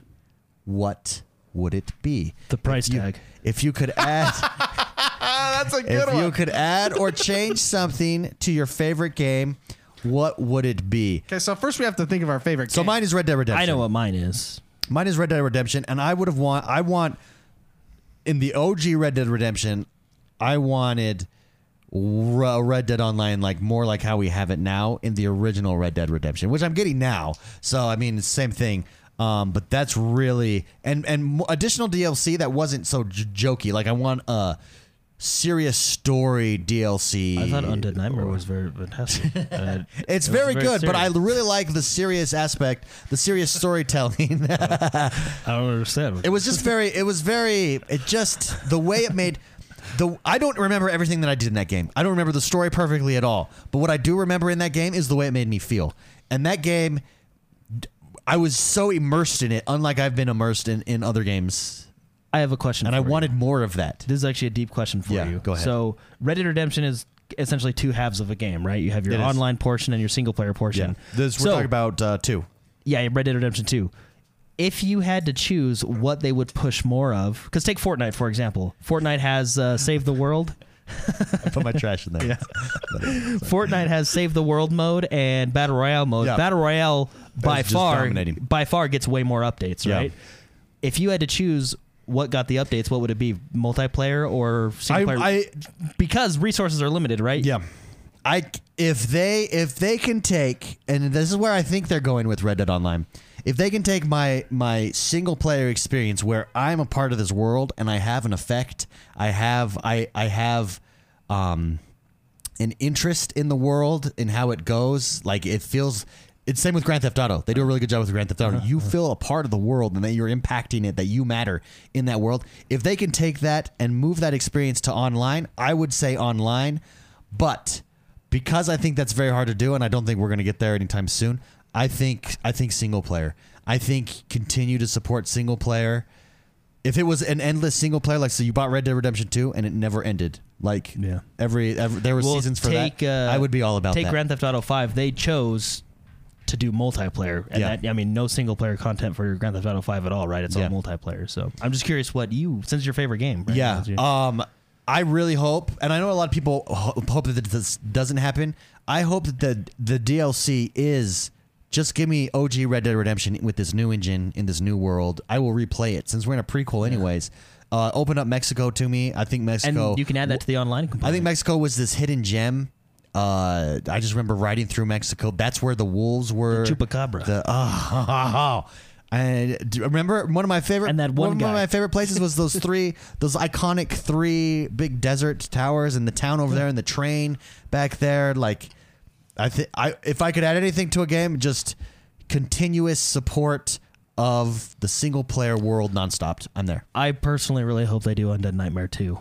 S1: what would it be?"
S2: The price
S1: You-
S2: tag.
S1: If you could add,
S3: That's a good
S1: if you
S3: one.
S1: could add or change something to your favorite game, what would it be?
S3: okay, so first we have to think of our favorite
S1: So
S3: game.
S1: mine is Red Dead Redemption.
S2: I know what mine is.
S1: Mine is Red Dead Redemption, and I would have want I want in the OG Red Dead Redemption, I wanted Re- Red Dead Online like more like how we have it now in the original Red Dead Redemption, which I'm getting now. So I mean, it's the same thing. Um, but that's really and and mo- additional DLC that wasn't so j- jokey. Like I want a serious story DLC.
S2: I thought Undead Nightmare was very fantastic. Uh,
S1: It's
S2: it was
S1: very, good, but I
S2: serious.
S1: really like the serious aspect, the serious storytelling.
S2: I don't understand.
S1: It was just very. It was very. It just the way it made. The I don't remember everything that I did in that game. I don't remember the story perfectly at all. But what I do remember in that game is the way it made me feel. And that game, d- I was so immersed in it, unlike I've been immersed in in other games.
S2: I have a question.
S1: And I
S2: for you.
S1: wanted more of that.
S2: This is actually a deep question for
S1: Yeah,
S2: you.
S1: go ahead.
S2: So, Red Dead Redemption is essentially two halves of a game, right? You have your
S1: It is.
S2: online portion and your single player portion.
S1: This we're
S2: So-
S1: talking about uh, two.
S2: Yeah, Red Dead Redemption 2. If you had to choose what they would push more of, because take Fortnite, for example. Fortnite has uh, Save the World.
S1: I put my trash in there.
S2: Fortnite has Save the World mode and Battle Royale mode.
S1: Yeah.
S2: Battle Royale by
S1: just
S2: far
S1: dominating.
S2: by far gets way more updates,
S1: Yeah.
S2: right? If you had to choose what got the updates, what would it be? Multiplayer or
S1: I,
S2: single player?
S1: I
S2: because resources are limited, right?
S1: Yeah. I if they if they can take and this is where I think they're going with Red Dead Online. If they can take my my single player experience where I'm a part of this world and I have an effect, I have I I have um an interest in the world in how it goes. Like it feels. It's same with Grand Theft Auto. They do a really good job with Grand Theft Auto. You feel a part of the world and that you're impacting it, that you matter in that world. If they can take that and move that experience to online, I would say online. But because I think that's very hard to do, and I don't think we're going to get there anytime soon. I think I think single player. I think continue to support single player. If it was an endless single player, like so, you bought Red Dead Redemption Two and it never ended. Like
S2: Yeah.
S1: every, every there was
S2: Well,
S1: seasons for
S2: take,
S1: that.
S2: uh,
S1: I would be all about
S2: Take
S1: that.
S2: Grand Theft Auto Five. They chose to do multiplayer, and
S1: Yeah.
S2: that, I mean, no single player content for Grand Theft Auto Five at all, right? It's
S1: Yeah.
S2: all multiplayer. So I'm just curious what you, since it's your favorite game, right?
S1: yeah.
S2: You-
S1: Um, I really hope, and I know a lot of people ho- hope that this doesn't happen. I hope that the the DLC is just give me OG Red Dead Redemption with this new engine in this new world. I will replay it since we're in a prequel, anyways. Uh, open up Mexico to me. I think
S2: and
S1: Mexico.
S2: you can add that to the online component.
S1: I think Mexico was this hidden gem. Uh, I just remember riding through Mexico. That's where the wolves were.
S2: Chupacabra.
S1: The, oh, And do you remember one of my favorite
S2: And that one
S1: of
S2: guy.
S1: my favorite places was those three those iconic three big desert towers and the town over there and the train back there like I think I if I could add anything to a game just continuous support of the single player world nonstop. I'm there.
S2: I personally really hope they do Undead Nightmare 2.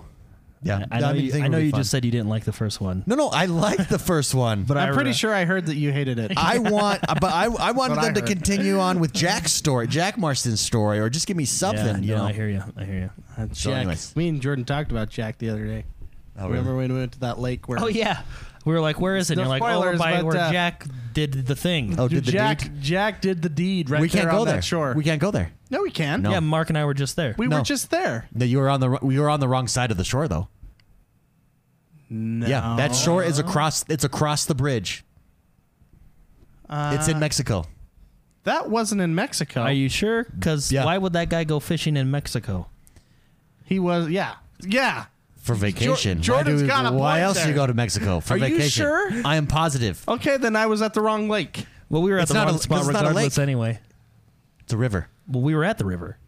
S1: Yeah.
S2: I,
S1: Yeah,
S2: I know,
S1: mean,
S2: you,
S1: think it
S2: I
S1: would
S2: know
S1: be
S2: you
S1: fun.
S2: just said you didn't like the first one.
S1: No, no, I liked the first one.
S2: But I
S3: I'm pretty
S2: re-
S3: sure I heard that you hated it.
S1: I want, uh, but I, I wanted
S3: What I
S1: them to
S3: heard.
S1: continue on with Jack's story, Jack Marston's story, or just give me something.
S2: Yeah,
S1: you
S2: no,
S1: know,
S2: I hear you. I hear you.
S1: So
S3: Jack.
S1: anyways.
S3: Me and Jordan talked about Jack the other day.
S1: Oh, really?
S3: Remember when we went to that lake where?
S2: Oh yeah, we were like, "Where is it?" And
S3: No
S2: you're like, "Oh, we're
S3: spoilers,
S2: by
S3: but,
S2: where
S3: uh,
S2: Jack did the thing."
S1: Oh, did the
S3: Jack,
S1: deed?
S3: Jack did the deed right
S1: we
S3: there
S1: can't
S3: on
S1: go
S3: that
S1: there.
S3: shore.
S1: We can't go there.
S3: no, we can.
S2: yeah, Mark and I were just there.
S3: we
S1: No.
S3: were just there.
S1: No, you were on the wr- you were on the wrong side of the shore though.
S3: No.
S1: Yeah, that shore is across. It's across the bridge. it's
S3: Uh,
S1: in Mexico.
S3: That wasn't in Mexico.
S2: Are you sure? Because
S1: Yeah.
S2: why would that guy go fishing in Mexico?
S3: he was. Yeah. Yeah.
S1: For vacation, Why
S3: Jordan's
S1: do-
S3: got a
S1: Why
S3: point
S1: else do you
S3: there.
S1: go to Mexico for
S3: Are you
S1: vacation?
S3: sure?
S1: I am positive.
S3: Okay, then I was at the wrong lake.
S2: Well, we were at
S1: It's
S2: the
S1: not
S2: wrong
S1: a- 'cause
S2: spot
S1: it's not a
S2: regardless,
S1: lake.
S2: anyway.
S1: It's a river.
S2: Well, we were at the river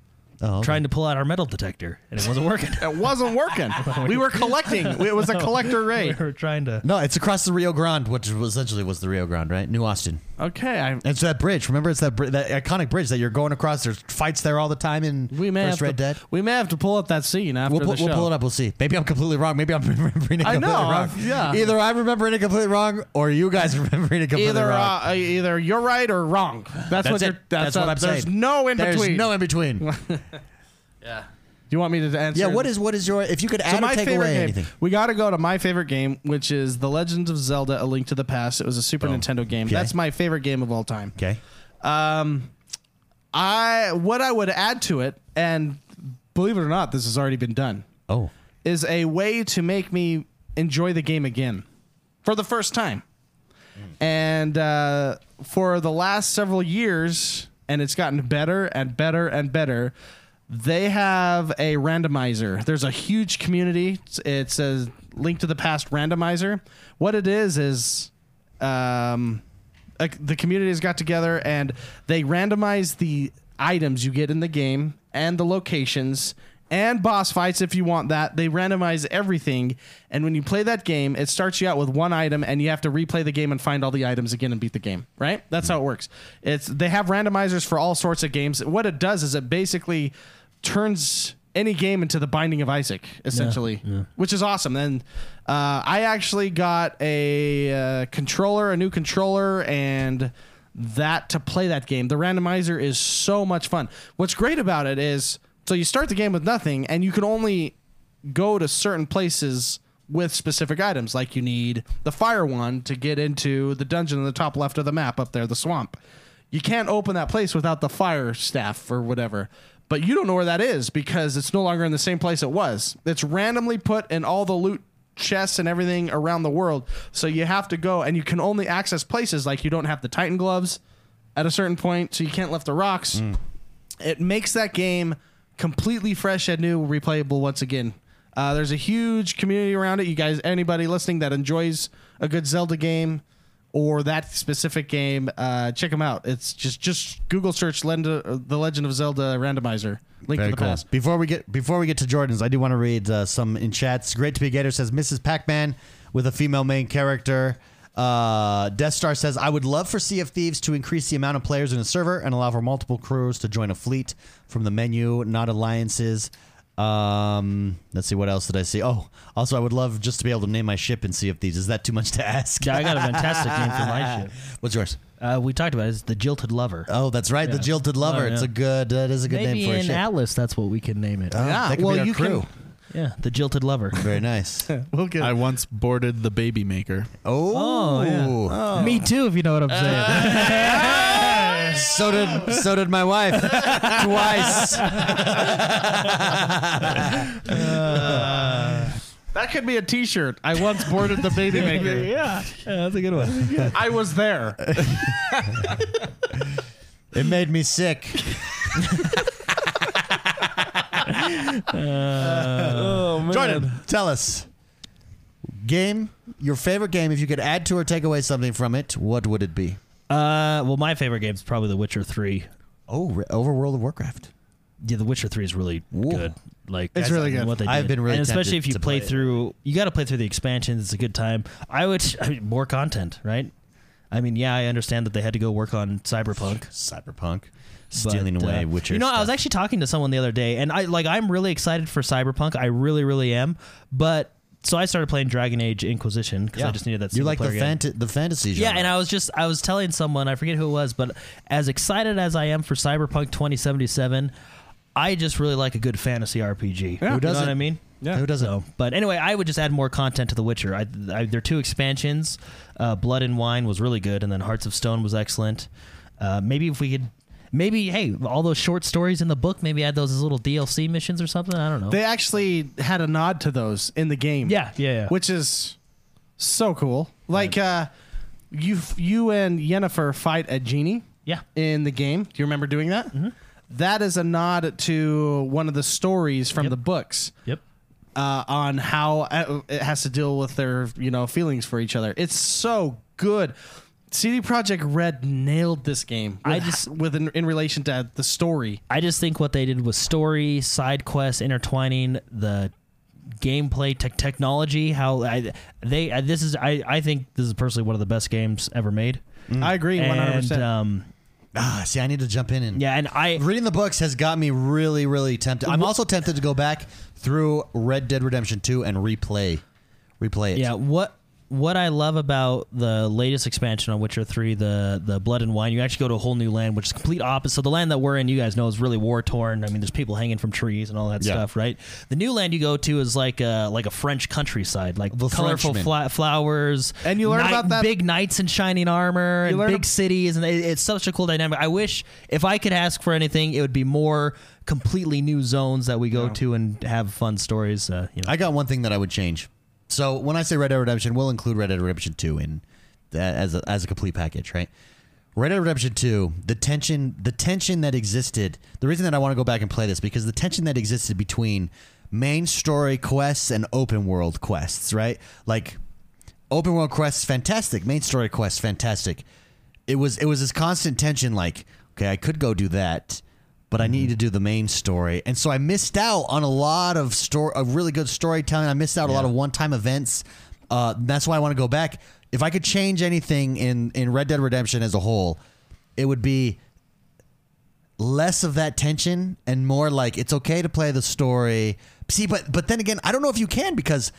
S1: Oh, okay.
S2: trying to pull out our metal detector, and it wasn't working.
S3: It wasn't working. we were collecting. It was a collector
S2: we
S3: rate.
S2: were trying to.
S1: No, it's across the Rio Grande, which was- essentially was the Rio Grande, right? New Austin.
S3: Okay, I,
S1: It's that bridge. Remember, it's that bri- that iconic bridge that you're going across. There's fights there all the time in
S3: we may
S1: first
S3: have
S1: Red
S3: to,
S1: Dead.
S3: We may have to pull up that scene after
S1: We'll,
S3: the
S1: pu-
S3: show.
S1: we'll pull it up. We'll see. Maybe I'm completely wrong. Maybe I'm remembering it
S3: I
S1: completely
S3: know,
S1: wrong.
S3: I've- yeah.
S1: Either I'm remembering it completely wrong, or you guys are remembering it completely
S3: Either
S1: wrong.
S3: uh, either you're right or wrong. That's, what
S1: it.
S3: you're. That's,
S1: what
S3: uh,
S1: I'm saying.
S3: There's no in
S1: There's
S3: between.
S1: no in between.
S3: Do you want me to answer?
S1: yeah. What is what is your if you could add
S3: So
S1: or
S3: my
S1: take
S3: favorite
S1: away
S3: game.
S1: anything?
S3: We got to go to my favorite game, which is The Legend of Zelda: A Link to the Past. It was a Super Nintendo game.
S1: Okay.
S3: That's my favorite game of all time.
S1: Okay.
S3: Um, I what I would add to it, and believe it or not, this has already been done,
S1: Oh.
S3: is a way to make me enjoy the game again for the first time. And uh, for the last several years, and it's gotten better and better and better. They have a randomizer. There's a huge community. It's- It's a link to the past randomizer. What it is is um, a, the community has got together and they randomized the items you get in the game and the locations and boss fights if you want that. They randomize everything. And when you play that game, it starts you out with one item and you have to replay the game and find all the items again and beat the game, right? That's how it works. It's they have randomizers for all sorts of games. What it does is it basically turns any game into the binding of Isaac, essentially, which is awesome. And uh, I actually got a uh, controller, a new controller, and that to play that game. The randomizer is so much fun. What's great about it is so you start the game with nothing, and you can only go to certain places with specific items. Like you need the fire one to get into the dungeon in the top left of the map up there, the swamp. You can't open that place without the fire staff or whatever. But you don't know where that is because it's no longer in the same place it was. It's randomly put in all the loot chests and everything around the world. So you have to go and you can only access places like you don't have the Titan gloves at a certain point, so you can't lift the rocks it makes that game completely fresh and new, replayable once again. Uh, there's a huge community around it. You guys, anybody listening that enjoys a good Zelda game or that specific game, uh, check them out. It's just just Google search Lend- uh, the Legend of Zelda randomizer. Link to the past.
S1: Before we get before we get to Jordan's, I do want to read uh, some in chats. Great to be Gator says Mrs. Pac-Man with a female main character. Uh, Death Star says I would love for Sea of Thieves to increase the amount of players in a server and allow for multiple crews to join a fleet from the menu, not alliances. Um, let's see what else did I see. Oh, also I would love just to be able to name my ship in Sea of Thieves. Is that too much to ask?
S2: Yeah, I got a fantastic name for my ship.
S1: What's yours?
S2: Uh, we talked about it. It's the Jilted Lover.
S1: Oh, that's right, the Jilted Lover.
S2: Oh, yeah.
S1: It's a good. That is a good
S2: Maybe
S1: name for a
S2: in
S1: ship.
S2: Atlas, that's what we can name it.
S1: Oh,
S3: Yeah,
S1: that could
S3: well,
S1: be our
S3: you
S1: crew.
S3: can-
S2: yeah, the Jilted Lover.
S1: Very nice.
S3: We'll get
S5: I once boarded the baby maker.
S1: Oh,
S4: Me too, if you know what I'm saying.
S3: Uh,
S1: so did so did my wife twice.
S3: that could be a T-shirt. I once boarded the baby maker.
S4: yeah, that's a good one.
S3: I was there.
S1: It made me sick.
S2: Uh,
S3: Oh,
S1: Jordan, tell us game your favorite game. If you could add to or take away something from it, what would it be?
S2: Uh, well, my favorite game is probably The Witcher Three.
S1: Oh, re- over World of Warcraft.
S2: Yeah, The Witcher Three is really good. Like
S3: It's really good.
S2: What they
S1: I've
S2: did.
S1: been really
S2: and especially
S1: tempted
S2: if you
S1: to
S2: play
S1: play it.
S2: through. You got to play through the expansions. It's a good time. I would I mean, more content, right? I mean, yeah, I understand that they had to go work on Cyberpunk.
S1: Cyberpunk,
S2: but,
S1: stealing away
S2: uh,
S1: Witcher.
S2: You know, I was
S1: stuff.
S2: actually talking to someone the other day, and I like I'm really excited for Cyberpunk. I really, really am. But so I started playing Dragon Age Inquisition because I just needed that.
S1: You like the
S2: single-player game.
S1: fanta- the fantasy genre.
S2: Yeah, and I was just I was telling someone I forget who it was, but as excited as I am for Cyberpunk 2077, I just really like a good fantasy RPG.
S3: Yeah.
S2: Who
S3: Who
S2: doesn't?
S1: doesn't?
S2: I mean?
S3: Yeah.
S1: Who doesn't?
S2: So, but anyway, I would just add more content to The Witcher. I, I, their two expansions, uh, Blood and Wine, was really good, and then Hearts of Stone was excellent. Uh, maybe if we could, maybe hey, all those short stories in the book, maybe add those as little DLC missions or something. I don't know.
S3: They actually had a nod to those in the game.
S2: yeah, yeah, yeah.
S3: which is so cool. Like uh, you, you and Yennefer fight a genie
S2: yeah. Mm-hmm.
S3: in the game. Do you remember doing that? That is a nod to one of the stories from
S2: Yep.
S3: the books
S2: Yep.
S3: uh, on how uh, it has to deal with their you know feelings for each other. It's so good. CD Project Red nailed this game.
S2: I
S3: with-
S2: just-
S3: with in, in relation to the story.
S2: I just think what they did was story, side quests, intertwining the gameplay, tech technology. How I, they I, this is I I think this is personally one of the best games ever made.
S3: I agree, one hundred
S2: Mm. And
S3: percent.
S2: um,
S1: Ah, see, I need to jump in and
S2: yeah, and I
S1: Reading the books has got me really, really tempted. I'm also tempted to go back through Red Dead Redemption 2 and replay, replay it.
S2: Yeah, what what I love about the latest expansion on Witcher Three, the the Blood and Wine, you actually go to a whole new land, which is complete opposite. So the land that we're in, you guys know, is really war torn. I mean, there's people hanging from trees and all that stuff, right? The new land you go to is like a like a French countryside, like
S1: The
S2: colorful
S1: Frenchman.
S2: fla- flowers,
S3: And you learn
S2: knight-
S3: about that-
S2: big knights in shining armor and
S3: learn
S2: big
S3: ab-
S2: cities, and it- it's such a cool dynamic. I wish if I could ask for anything, it would be more completely new zones that we go to and have fun stories. Uh, you know,
S1: I got one thing that I would change. So when I say Red Dead Redemption, we'll include Red Dead Redemption 2 in that as a, as a complete package, right? Red Dead Redemption 2, the tension, the tension that existed. The reason that I want to go back and play this because the tension that existed between main story quests and open world quests, right? Like open world quests fantastic main story quests fantastic it was it was this constant tension like okay i could go do that but I need to do the main story. And so I missed out on a lot of story, of really good storytelling. I missed out a lot of one-time events. Uh, that's why I want to go back. If I could change anything in in Red Dead Redemption as a whole, it would be less of that tension and more like it's okay to play the story. See, but but then again, I don't know if you can because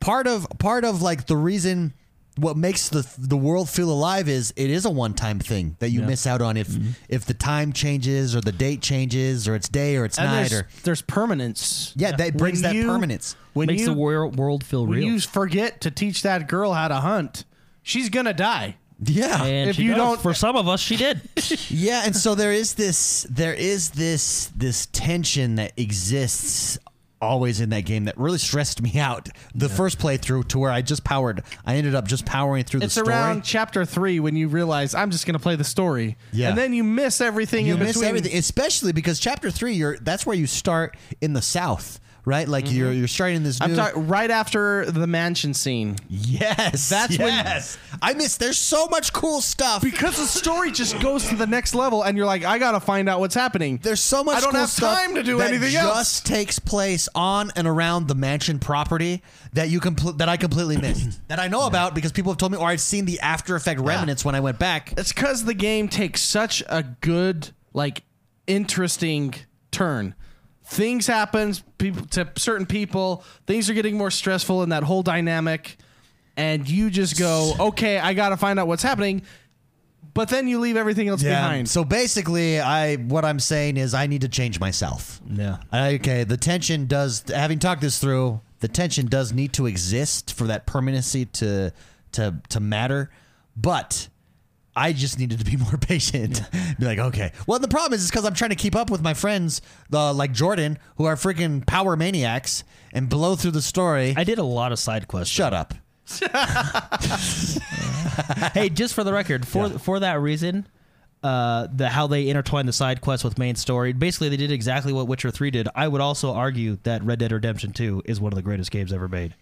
S1: part of part of like the reason what makes the the world feel alive is it is a one time thing that you miss out on if
S3: Mm-hmm.
S1: if the time changes or the date changes or it's day or it's
S3: And
S1: night
S3: there's,
S1: or
S3: there's permanence.
S1: yeah, that brings
S3: When
S1: that
S3: you-
S1: permanence.
S3: When
S2: Makes
S3: you,
S2: the wor- world feel
S3: when
S2: real.
S3: you forget to teach that girl how to hunt, she's gonna die.
S1: Yeah.
S2: and
S3: if
S2: she
S3: you
S2: does.
S3: don't-
S2: for some of us, she did.
S1: yeah and so there is this there is this this tension that exists always in that game that really stressed me out the first playthrough to where i just powered i ended up just powering through
S3: It's
S1: the story
S3: around chapter three when you realize I'm just gonna play the story.
S1: Yeah.
S3: And then you miss everything
S1: you
S3: in
S1: miss
S3: between.
S1: everything especially because chapter three you're that's where you start in the south right like you're you're starting in this new
S3: Mm-hmm. I'm talking right after the mansion scene.
S1: yes
S3: That's when-
S1: yes i miss there's so much cool stuff
S3: Because the story just goes to the next level and you're like, I gotta find out what's happening.
S1: There's so much.
S3: I don't
S1: cool
S3: have
S1: stuff
S3: time to do
S1: that
S3: anything
S1: just
S3: else.
S1: takes place on and around the mansion property that you compl- that I completely missed that I know about because people have told me or I've seen the after effect remnants when I went back.
S3: It's because the game takes such a good, like, interesting turn. Things happen people, to certain people. Things are getting more stressful in that whole dynamic, and you just go, "Okay, I gotta find out what's happening," but then you leave everything else behind.
S1: So basically, I what I'm saying is I need to change myself.
S2: Yeah.
S1: I- Okay. The tension does. Having talked this through, the tension does need to exist for that permanency to to to matter, but. I just needed to be more patient. be like, okay. Well, the problem is, is because I'm trying to keep up with my friends, uh, like Jordan, who are freaking power maniacs and blow through the story.
S2: I did a lot of side quests.
S1: Shut up.
S2: hey, just for the record, for for that reason, uh, the how they intertwine the side quest with main story. Basically, they did exactly what Witcher Three did. I would also argue that Red Dead Redemption Two is one of the greatest games ever made.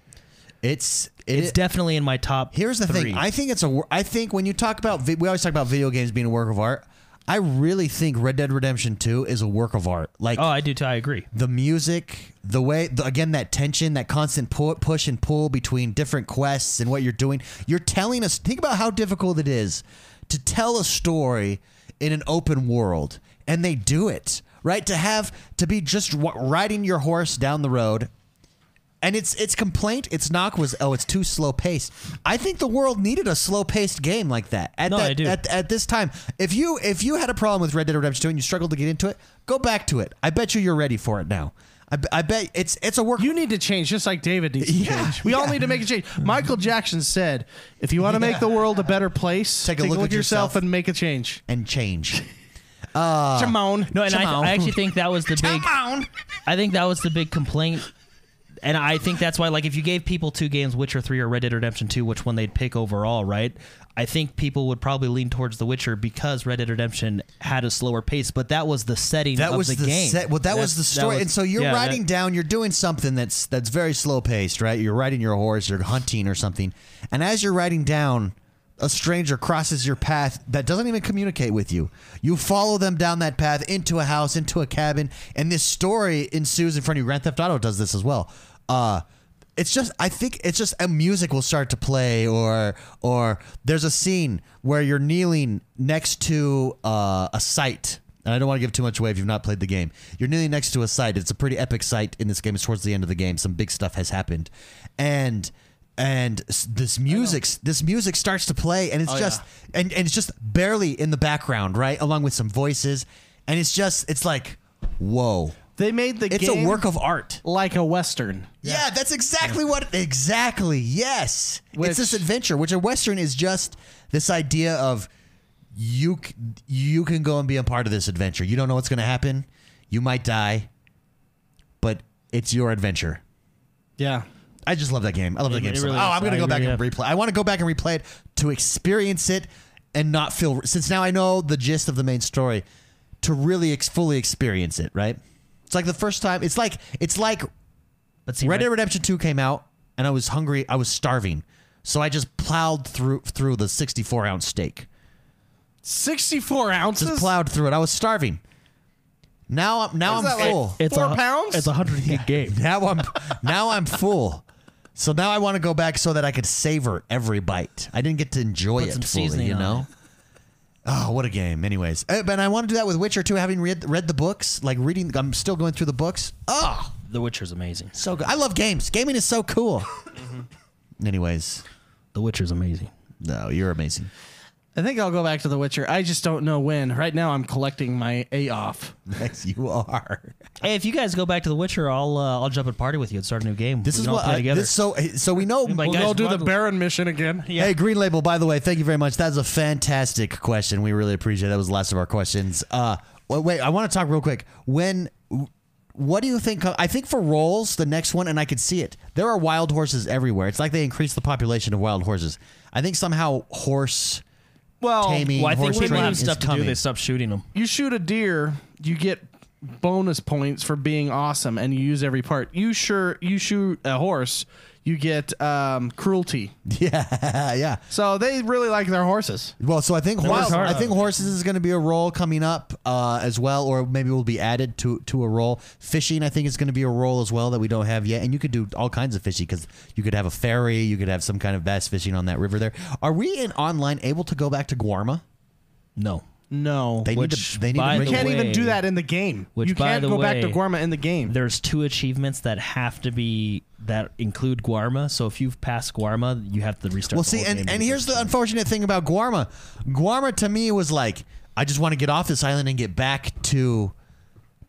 S1: It's
S2: It's
S1: it's.
S2: definitely in my top.
S1: here's the
S2: three.
S1: thing. I think it's a. wor- I think when you talk about vi- we always talk about video games being a work of art. I really think Red Dead Redemption Two is a work of art. Like
S2: oh, I do too. I agree.
S1: the music, the way, the, again, that tension, that constant pu- push and pull between different quests and what you're doing. You're telling us, think about how difficult it is to tell a story in an open world, and they do it, right? To have, to be just w- riding your horse down the road. And its its complaint, its knock was, oh, it's too slow paced. I think the world needed a slow paced game like that. At
S2: No,
S1: that,
S2: I do.
S1: At, at this time. If you if you had a problem with Red Dead Redemption 2 and you struggled to get into it, go back to it. I bet you you're ready for it now. I, be- I bet it's it's a work.
S3: You need to change, just like David needs to
S1: Yeah,
S3: change. We all
S1: yeah.
S3: need to make a change. Michael Jackson said, "If you want to make the world a better place,
S1: Take a look at yourself.
S3: and make a change."
S1: and change.
S3: Jamon.
S2: No, and I,
S1: Come on.
S2: I actually think that was the big.
S3: Jamon.
S2: I think that was the big complaint. And I think that's why, like, if you gave people two games, Witcher 3 or Red Dead Redemption 2, which one they'd pick overall, right? I think people would probably lean towards The Witcher because Red Dead Redemption had a slower pace, but that was the setting
S1: That
S2: of
S1: was the,
S2: game.
S1: set. Well, that was
S2: That's-
S1: the story.
S2: was-
S1: and so you're
S2: yeah,
S1: riding
S2: that-
S1: down. You're doing something that's that's very slow paced, right? You're riding your horse. You're hunting or something. And as you're riding down, a stranger crosses your path that doesn't even communicate with you. You follow them down that path into a house, into a cabin, and this story ensues in front of you. Grand Theft Auto does this as well. Uh, it's just I think it's just a music will start to play or or there's a scene where you're kneeling next to uh, a site. And I don't want to give too much away if you've not played the game. You're kneeling next to a site. It's a pretty epic site in this game. It's towards the end of the game. Some big stuff has happened. And and s- this music this music starts to play and it's
S3: Oh,
S1: just and, and it's just barely in the background, right? Along with some voices. And it's just it's like, whoa.
S3: They made the
S1: It's
S3: game
S1: a work of art.
S3: like a western.
S1: Yeah, that's exactly what. Exactly. Yes.
S3: Which-
S1: it's this adventure, which a western is just this idea of you c- you can go and be a part of this adventure. You don't know what's going to happen. You might die, but it's your adventure.
S3: Yeah.
S1: I just love that game. I love that
S2: It-
S1: game.
S2: it
S1: so
S2: really
S1: much. oh,
S2: is.
S1: I'm gonna
S2: I
S1: go back
S2: agree,
S1: and replay. I want to go back and replay it to experience it and not feel. Since now I know the gist of the main story, to really ex- fully experience it. Right. It's like the first time. It's like it's like
S2: But see,
S1: Red Dead Redemption 2 came out, and I was hungry. I was starving, so I just plowed through through the 64 ounce steak.
S3: 64
S1: Just
S3: ounces?
S1: plowed through it. I was starving, Now I'm now
S6: What's
S1: I'm
S6: that, like,
S1: full.
S2: It's
S6: Four
S2: a,
S6: pounds?
S2: It's a hundred gig game.
S1: now I'm now I'm full. So now I want to go back so that I could savor every bite. I didn't get to enjoy
S2: Put
S1: it
S2: some
S1: fully,
S2: seasoning
S1: you
S2: on
S1: know. Oh, what a game! Anyways, Eh, but I want to do that with Witcher too. Having read read the books, like reading, I'm still going through the books. Oh,
S2: The Witcher's amazing.
S1: so good! I love games. Gaming is so cool.
S2: Mm-hmm.
S1: Anyways,
S2: The Witcher's amazing.
S1: no, you're amazing.
S3: I think I'll go back to The Witcher. I just don't know when. Right now, I'm collecting my A off.
S1: Yes, you are.
S2: Hey, if you guys go back to The Witcher, I'll uh, I'll jump and party with you and start a new game.
S1: This
S2: We
S1: is
S2: can all
S1: what
S2: play
S1: I,
S2: together.
S1: this, so so we know.
S2: Like, guys, why-
S3: Baron mission again.
S2: Yeah.
S1: Hey, Green Label, by the way, thank you very much. That's a fantastic question. We really appreciate it. That was the last of our questions. Uh, wait, wait, I want to talk real quick. When, what do you think? I think for rolls, the next one, and I could see it, there are wild horses everywhere. It's like they increased the population of wild horses. I think somehow horse
S3: Well,
S1: taming,
S2: Oh, Well, I think
S1: horse
S2: when they
S1: training
S2: have
S1: is
S2: stuff to do,
S1: coming.
S2: they stop shooting them.
S3: you shoot a deer, you get bonus points for being awesome, and you use every part. You sure you shoot a horse, you get um, cruelty.
S1: yeah, yeah.
S3: So they really like their horses.
S1: Well, so I think horse,
S2: hard.
S1: I think horses is going to be a role coming up uh, as well, or maybe will be added to to a role. Fishing, I think, is going to be a role as well that we don't have yet. And you could do all kinds of fishing because you could have a ferry, you could have some kind of bass fishing on that river. There, are we in online able to go back to Guarma?
S2: No.
S3: No,
S1: They need
S2: Which,
S1: to. They need to
S2: by the
S1: bring
S3: can't
S1: it-
S3: even
S2: way-
S3: do that in the game.
S2: Which,
S3: you
S2: by
S3: can't
S2: the
S3: go back to
S2: way,
S3: Guarma in the game.
S2: There's two achievements that have to be that include Guarma. So if you've passed Guarma, you have to restart.
S1: Well,
S2: the
S1: see,
S2: whole game
S1: and,
S2: to
S1: and
S2: get
S1: here's
S2: this.
S1: the unfortunate thing about Guarma. Guarma to me was like, I just want to get off this island and get back to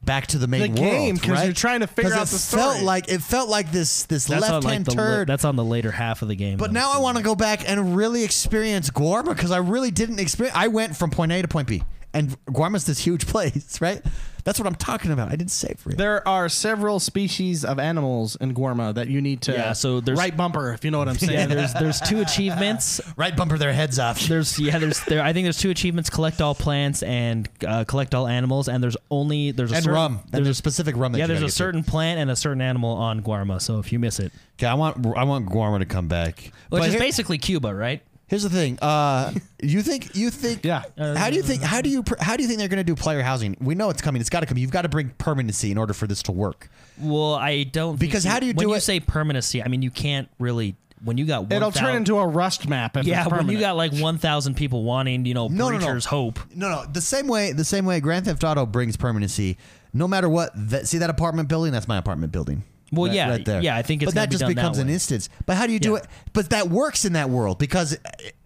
S1: back to the main
S3: The
S1: world,
S3: game, 'cause
S1: right?
S3: you're trying to figure
S1: 'Cause
S3: out
S1: it
S3: the
S1: Felt
S3: story.
S1: like it felt like this this
S2: That's on,
S1: left
S2: like,
S1: hand
S2: the la-
S1: turd.
S2: that's on the later half of the game.
S1: But
S2: though.
S1: now I want to go back and really experience Guarma because I really didn't experience. I went from point A to point B, and Guarma's this huge place, right? That's what I'm talking about. I didn't savor it.
S3: There are several species of animals in Guarma that you need to
S2: Yeah, so there's-
S3: right bumper if you know what I'm saying.
S2: yeah, there's there's two achievements.
S1: right bumper their heads off.
S2: There's yeah, there's there. I think there's two achievements: collect all plants and uh, collect all animals. And there's only there's a
S1: and
S2: certain,
S1: rum. And
S2: There's,
S1: there's a specific rum. That
S2: yeah,
S1: you
S2: there's
S1: gotta
S2: a
S1: get to.
S2: certain plant and a certain animal on Guarma. So if you miss it,
S1: Okay, I want I want Guarma to come back.
S2: which
S1: But
S2: is
S1: here-
S2: basically Cuba, right?
S1: Here's the thing. Uh, you think you think
S3: Yeah.
S1: How do you think how do you pr- how do you think they're going to do player housing? We know it's coming. It's got to come. You've got to bring permanency in order for this to work.
S2: Well, I don't think
S1: Because how do you
S2: when
S1: do
S2: you
S1: it-
S2: say permanency? I mean, you can't really when you got
S3: It'll
S2: 1,000
S3: turn into a rust map if
S2: yeah
S3: it's
S2: when
S3: permanent.
S2: you got like one thousand people wanting you know
S1: No, no, no.
S2: preacher's hope.
S1: No, no. The same way, the same way Grand Theft Auto brings permanency. No matter what, that, see that apartment building? That's my apartment building.
S2: Well,
S1: Right-
S2: yeah,
S1: right there.
S2: yeah. I think it's
S1: but that
S2: gonna be
S1: just
S2: done
S1: becomes
S2: that
S1: an
S2: way.
S1: instance. But how do you do
S2: Yeah.
S1: it? But that works in that world because uh,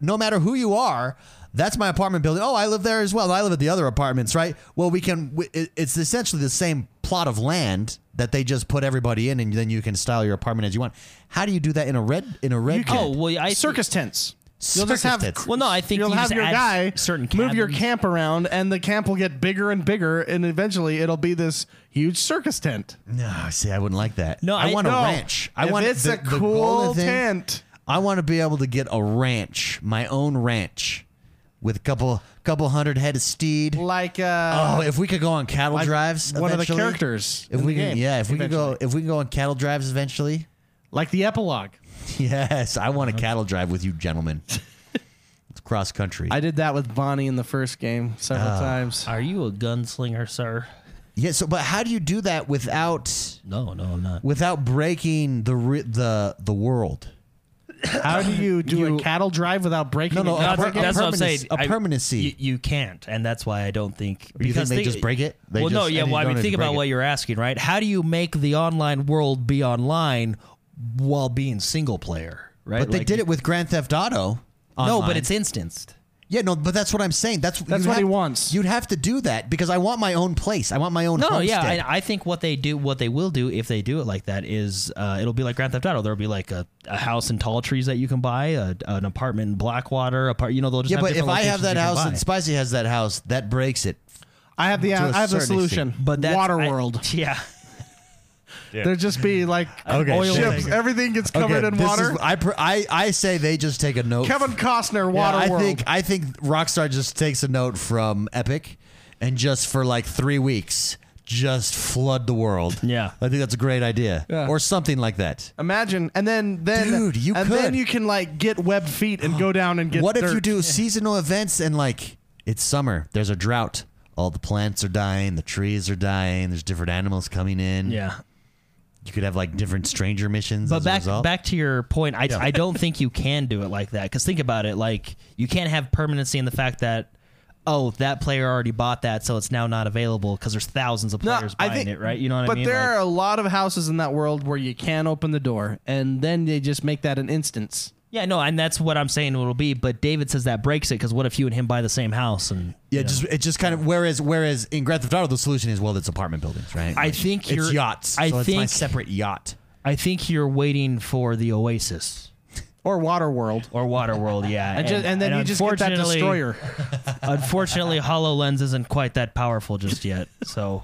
S1: no matter who you are, that's my apartment building. Oh, I live there as well. I live at the other apartments, right? Well, we can. w- it- It's essentially the same plot of land that they just put everybody in, and then you can style your apartment as you want. How do you do that in a red in a red?
S3: You can-
S1: kit?
S2: Oh well, I
S3: circus tents. You'll
S1: Circus
S3: just have
S1: tents.
S2: Well, no, I think
S3: you'll
S2: you
S3: have
S2: just
S3: your
S2: add
S3: guy
S2: s- certain
S3: move your
S2: cabins.
S3: camp around, and the camp will get bigger and bigger, and eventually it'll be this huge circus tent.
S1: No, see, I wouldn't like that.
S2: No,
S1: I,
S2: I-
S1: want
S2: no.
S1: a ranch. I
S3: If
S1: want
S3: it's
S1: the-
S3: a
S1: the golden
S3: cool
S1: thing-
S3: tent.
S1: I want to be able to get a ranch, my own ranch, with a couple couple hundred head of steed.
S3: Like uh,
S1: Oh, if we could go on cattle
S3: like
S1: drives,
S3: one of the
S1: eventually.
S3: characters
S1: If
S3: in
S1: we
S3: the
S1: can,
S3: game,
S1: yeah, if we
S3: eventually.
S1: could go, if we can go on cattle drives eventually.
S3: like the epilogue.
S1: Yes, I
S3: Uh-huh.
S1: want a cattle drive with you, gentlemen. it's cross country.
S3: I did that with Bonnie in the first game several
S1: Oh.
S3: times.
S2: Are you a gunslinger, sir?
S1: yeah. So, but how do you do that without
S2: No, no, I'm not.
S1: without breaking the ri- the the world?
S3: How do you do a cattle drive without breaking?
S1: No, uh, no,
S3: it?
S1: a
S2: No,
S1: per-
S2: that's, that's what I'm saying.
S1: permanency- a
S2: I-
S1: permanency.
S2: you, you can't, and that's why I don't think.
S1: Or you think they
S2: thi-
S1: just break it? They
S2: well, no,
S1: just-
S2: yeah.
S1: and you
S2: Well, I
S1: don't
S2: mean,
S1: have
S2: think
S1: to
S2: about
S1: break
S2: what
S1: it.
S2: you're asking, right? How do you make the online world be online while being single player, right?
S1: But they
S2: Like,
S1: did it with Grand Theft Auto.
S2: No,
S1: online.
S2: but it's instanced.
S1: Yeah, no, but that's what I'm saying. That's
S3: That's
S1: you'd
S3: what
S1: have-
S3: he wants.
S1: You'd have to do that because I want my own place. I want my own.
S2: No,
S1: homestead.
S2: yeah, I, I think what they do, what they will do if they do it like that, is uh, it'll be like Grand Theft Auto. There'll be like a, a house in Tall Trees that you can buy, a, an apartment in Blackwater, a part. You know, they'll just
S1: yeah,
S2: have
S1: but if
S2: different
S1: I have
S2: locations
S1: that
S2: you can
S1: house
S2: buy.
S1: and Spicy has that house, that breaks it.
S3: I have the
S1: To a
S3: I have the
S1: certain extent.
S3: solution.
S2: but that's,
S3: water
S2: I-
S3: world.
S2: yeah.
S3: There'd just be like
S1: Okay,
S3: oil
S1: sure.
S3: ships. Everything gets covered in
S1: this
S3: water.
S1: is- I, pr- I I say they just take a note.
S3: Kevin Costner,
S1: Yeah,
S3: water
S1: I
S3: world.
S1: think I think Rockstar just takes a note from Epic, and just for like three weeks, just flood the world.
S2: Yeah.
S1: I think that's a great idea,
S3: Yeah.
S1: or something like that.
S3: Imagine, and then then
S1: Dude, you
S3: and then
S1: could.
S3: you can like get webbed feet and go down and get.
S1: what if you
S3: dirt.
S1: do seasonal events and like it's summer, there's a drought. all the plants are dying, the trees are dying. There's different animals coming in.
S2: Yeah.
S1: you could have like different stranger missions.
S2: But
S1: as a
S2: back
S1: result.
S2: back to your point, I, I don't think you can do it like that. Because think about it, like you can't have permanency in the fact that oh that player already bought that, so it's now not available because there's thousands of players buying it, right? You know what
S3: but
S2: I mean?
S3: there
S2: Like-
S3: are a lot of houses in that world where you can open the door, and then they just make that an instance.
S2: yeah, no, and that's what I'm saying it'll be. But David says that breaks it because what if you and him buy the same house? And
S1: yeah, just it just kind of whereas whereas in Grand Theft Auto the solution is well it's apartment buildings, right?
S2: I
S1: Like,
S2: think
S1: it's
S2: you're-
S1: yachts.
S2: I
S1: so it's my
S2: think-
S1: separate yacht.
S2: I think you're waiting for the Oasis.
S3: Or Water World.
S2: Or Waterworld, yeah,
S3: And, just, and then you just get that
S2: unfortunately-
S3: destroyer.
S2: Unfortunately, Hololens isn't quite that powerful just yet. So,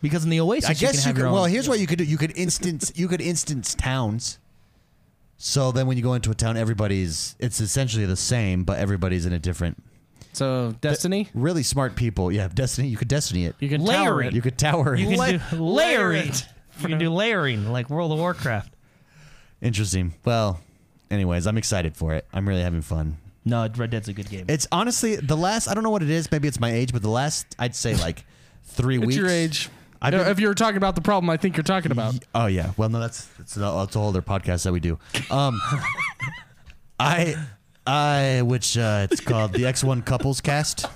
S2: because in the Oasis,
S1: I guess
S2: you
S1: you
S2: can have
S1: could.
S2: your own-
S1: Well, here's what you could do. You could instance. you could instance towns. So then, when you go into a town, everybody's it's essentially the same, but everybody's in a different.
S3: So Destiny,
S1: Really smart people. Yeah, Destiny. You could destiny it.
S3: you can tower
S2: Layering.
S3: it.
S1: You could tower it.
S2: You can
S3: La-
S2: do
S3: layer
S2: layering.
S3: it.
S2: You can do layering like World of Warcraft.
S1: Interesting. Well, anyways, I'm excited for it. I'm really having fun.
S2: No, Red Dead's a good game.
S1: It's honestly the last. I don't know what it is. Maybe it's my age, but the last I'd say like three
S3: It's
S1: weeks.
S3: your age.
S1: I've
S3: No,
S1: been-
S3: if you're talking about the problem, I think you're talking about.
S1: Oh yeah. Well, no, that's that's, a- that's a whole other podcast that we do. Um, I I which uh, it's called the X One Couples Cast.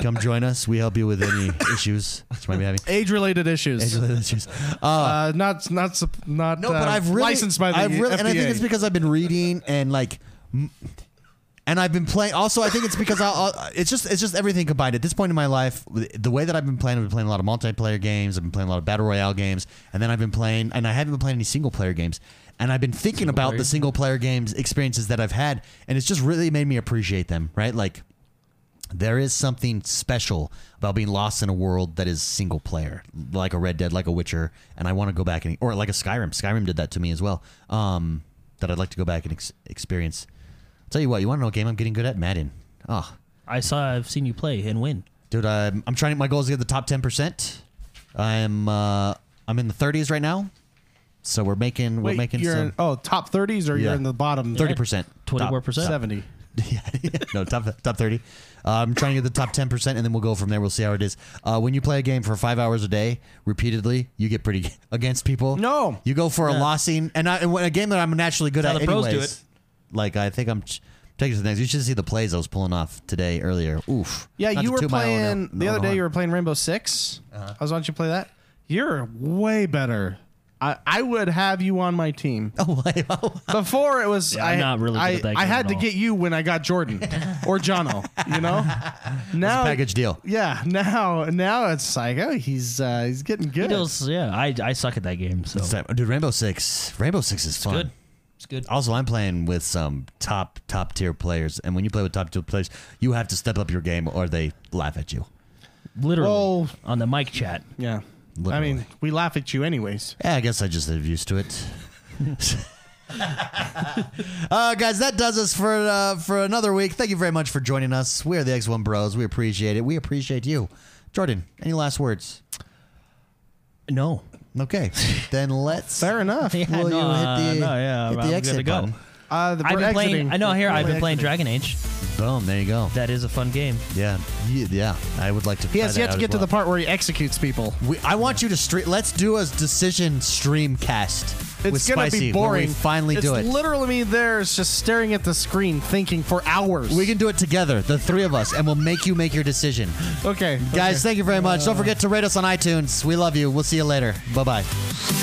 S1: Come join us. We help you with any issues that you might be having.
S3: Age-related issues.
S1: Issues.
S3: uh, not not sup- not.
S1: No, but
S3: uh,
S1: I've really
S3: licensed by the
S1: I've really, and I think
S3: FDA.
S1: it's because I've been reading and like. m- And I've been playing. Also, I think it's because I'll, I'll- it's just it's just everything combined. At this point in my life, the way that I've been playing, I've been playing a lot of multiplayer games. I've been playing a lot of battle royale games, and then I've been playing, and I haven't been playing any single player games. And I've been thinking about the single player games experiences that I've had, and it's just really made me appreciate them. Right, like there is something special about being lost in a world that is single player, like a Red Dead, like a Witcher, and I want to go back and or like a Skyrim. Skyrim did that to me as well. Um, that I'd like to go back and ex- experience. tell you what, you want to know a game I'm getting good at? Madden. Oh,
S2: I saw, I've seen you play and win.
S1: dude, I'm, I'm trying. My goal is to get the top ten percent. I'm uh, I'm in the 30s right now, so we're making
S3: Wait,
S1: we're making
S3: you're
S1: some
S3: in, oh top 30s or
S1: Yeah.
S3: you're in the bottom
S1: thirty percent,
S2: Twenty four percent.
S3: 70.
S1: no, top top thirty. Uh, I'm trying to get the top ten percent, and then we'll go from there. We'll see how it is. Uh, when you play a game for five hours a day repeatedly, you get pretty against people.
S3: No.
S1: you go for a lossing, and, I, and when- a game that I'm naturally good
S2: That's
S1: at.
S2: how the pros do
S1: anyways,
S2: it.
S1: Like I think I'm ch- taking it to the next. You should see the plays I was pulling off today earlier. Oof.
S3: Yeah,
S1: Not
S3: you
S1: to
S3: were
S1: toot my own
S3: playing
S1: own-
S3: the other
S1: own
S3: day.
S1: horn.
S3: You were playing Rainbow 6
S2: Uh-huh.
S3: I was watching you play that. You're way better. I, I would have you on my team.
S1: Oh,
S3: Before it was
S2: Yeah,
S3: I,
S2: I'm not really good
S3: I,
S2: at that
S3: I
S2: game
S3: had
S2: at
S3: to
S2: all.
S3: get you when I got Jordan or Jono. You know. Now
S1: package deal.
S3: Yeah. Now now it's like oh he's uh, he's getting good.
S2: Yeah, I, I suck at that game. So
S1: It's like- Dude, Rainbow Six. Rainbow Six is fun.
S2: good. It's good.
S1: Also, I'm playing with some top top tier players, and when you play with top tier players, you have to step up your game, or they laugh at you.
S2: Literally
S3: Well-
S2: on the mic chat.
S3: Yeah. I
S1: Literally.
S3: mean we laugh at you anyways.
S1: Yeah, I guess I just have used to it. uh, guys, that does us for uh, for another week. Thank you very much for joining us. We are the X1 Bros. We appreciate it. We appreciate you, Jordan. Any last words?
S2: No.
S1: Okay, then let's.
S3: Fair enough.
S2: Yeah,
S1: Will
S2: no,
S1: you hit the,
S2: uh, no, yeah,
S1: hit
S2: I'm
S1: the
S2: good
S1: exit
S2: to go.
S1: button?
S3: Uh, the,
S2: I've
S3: we're
S2: been
S3: exiting.
S2: playing. I know here I've been
S3: We're
S2: playing
S3: exiting.
S2: Dragon Age.
S1: Boom! There you go.
S2: That is a fun game.
S1: Yeah, Ye- yeah. I would like to.
S3: He has yet to get to the part where he executes people.
S1: We, I want you to stream. Let's do a decision stream cast. with
S3: It's gonna
S1: Spicy
S3: be
S1: when
S3: boring.
S1: we finally
S3: it's
S1: do it.
S3: Literally, me there is just staring at the screen, thinking for hours.
S1: we can do it together, the three of us, and we'll make you make your decision.
S3: okay,
S1: Guys, thank you very much. Don't forget to rate us on iTunes. We love you. We'll see you later. Bye bye.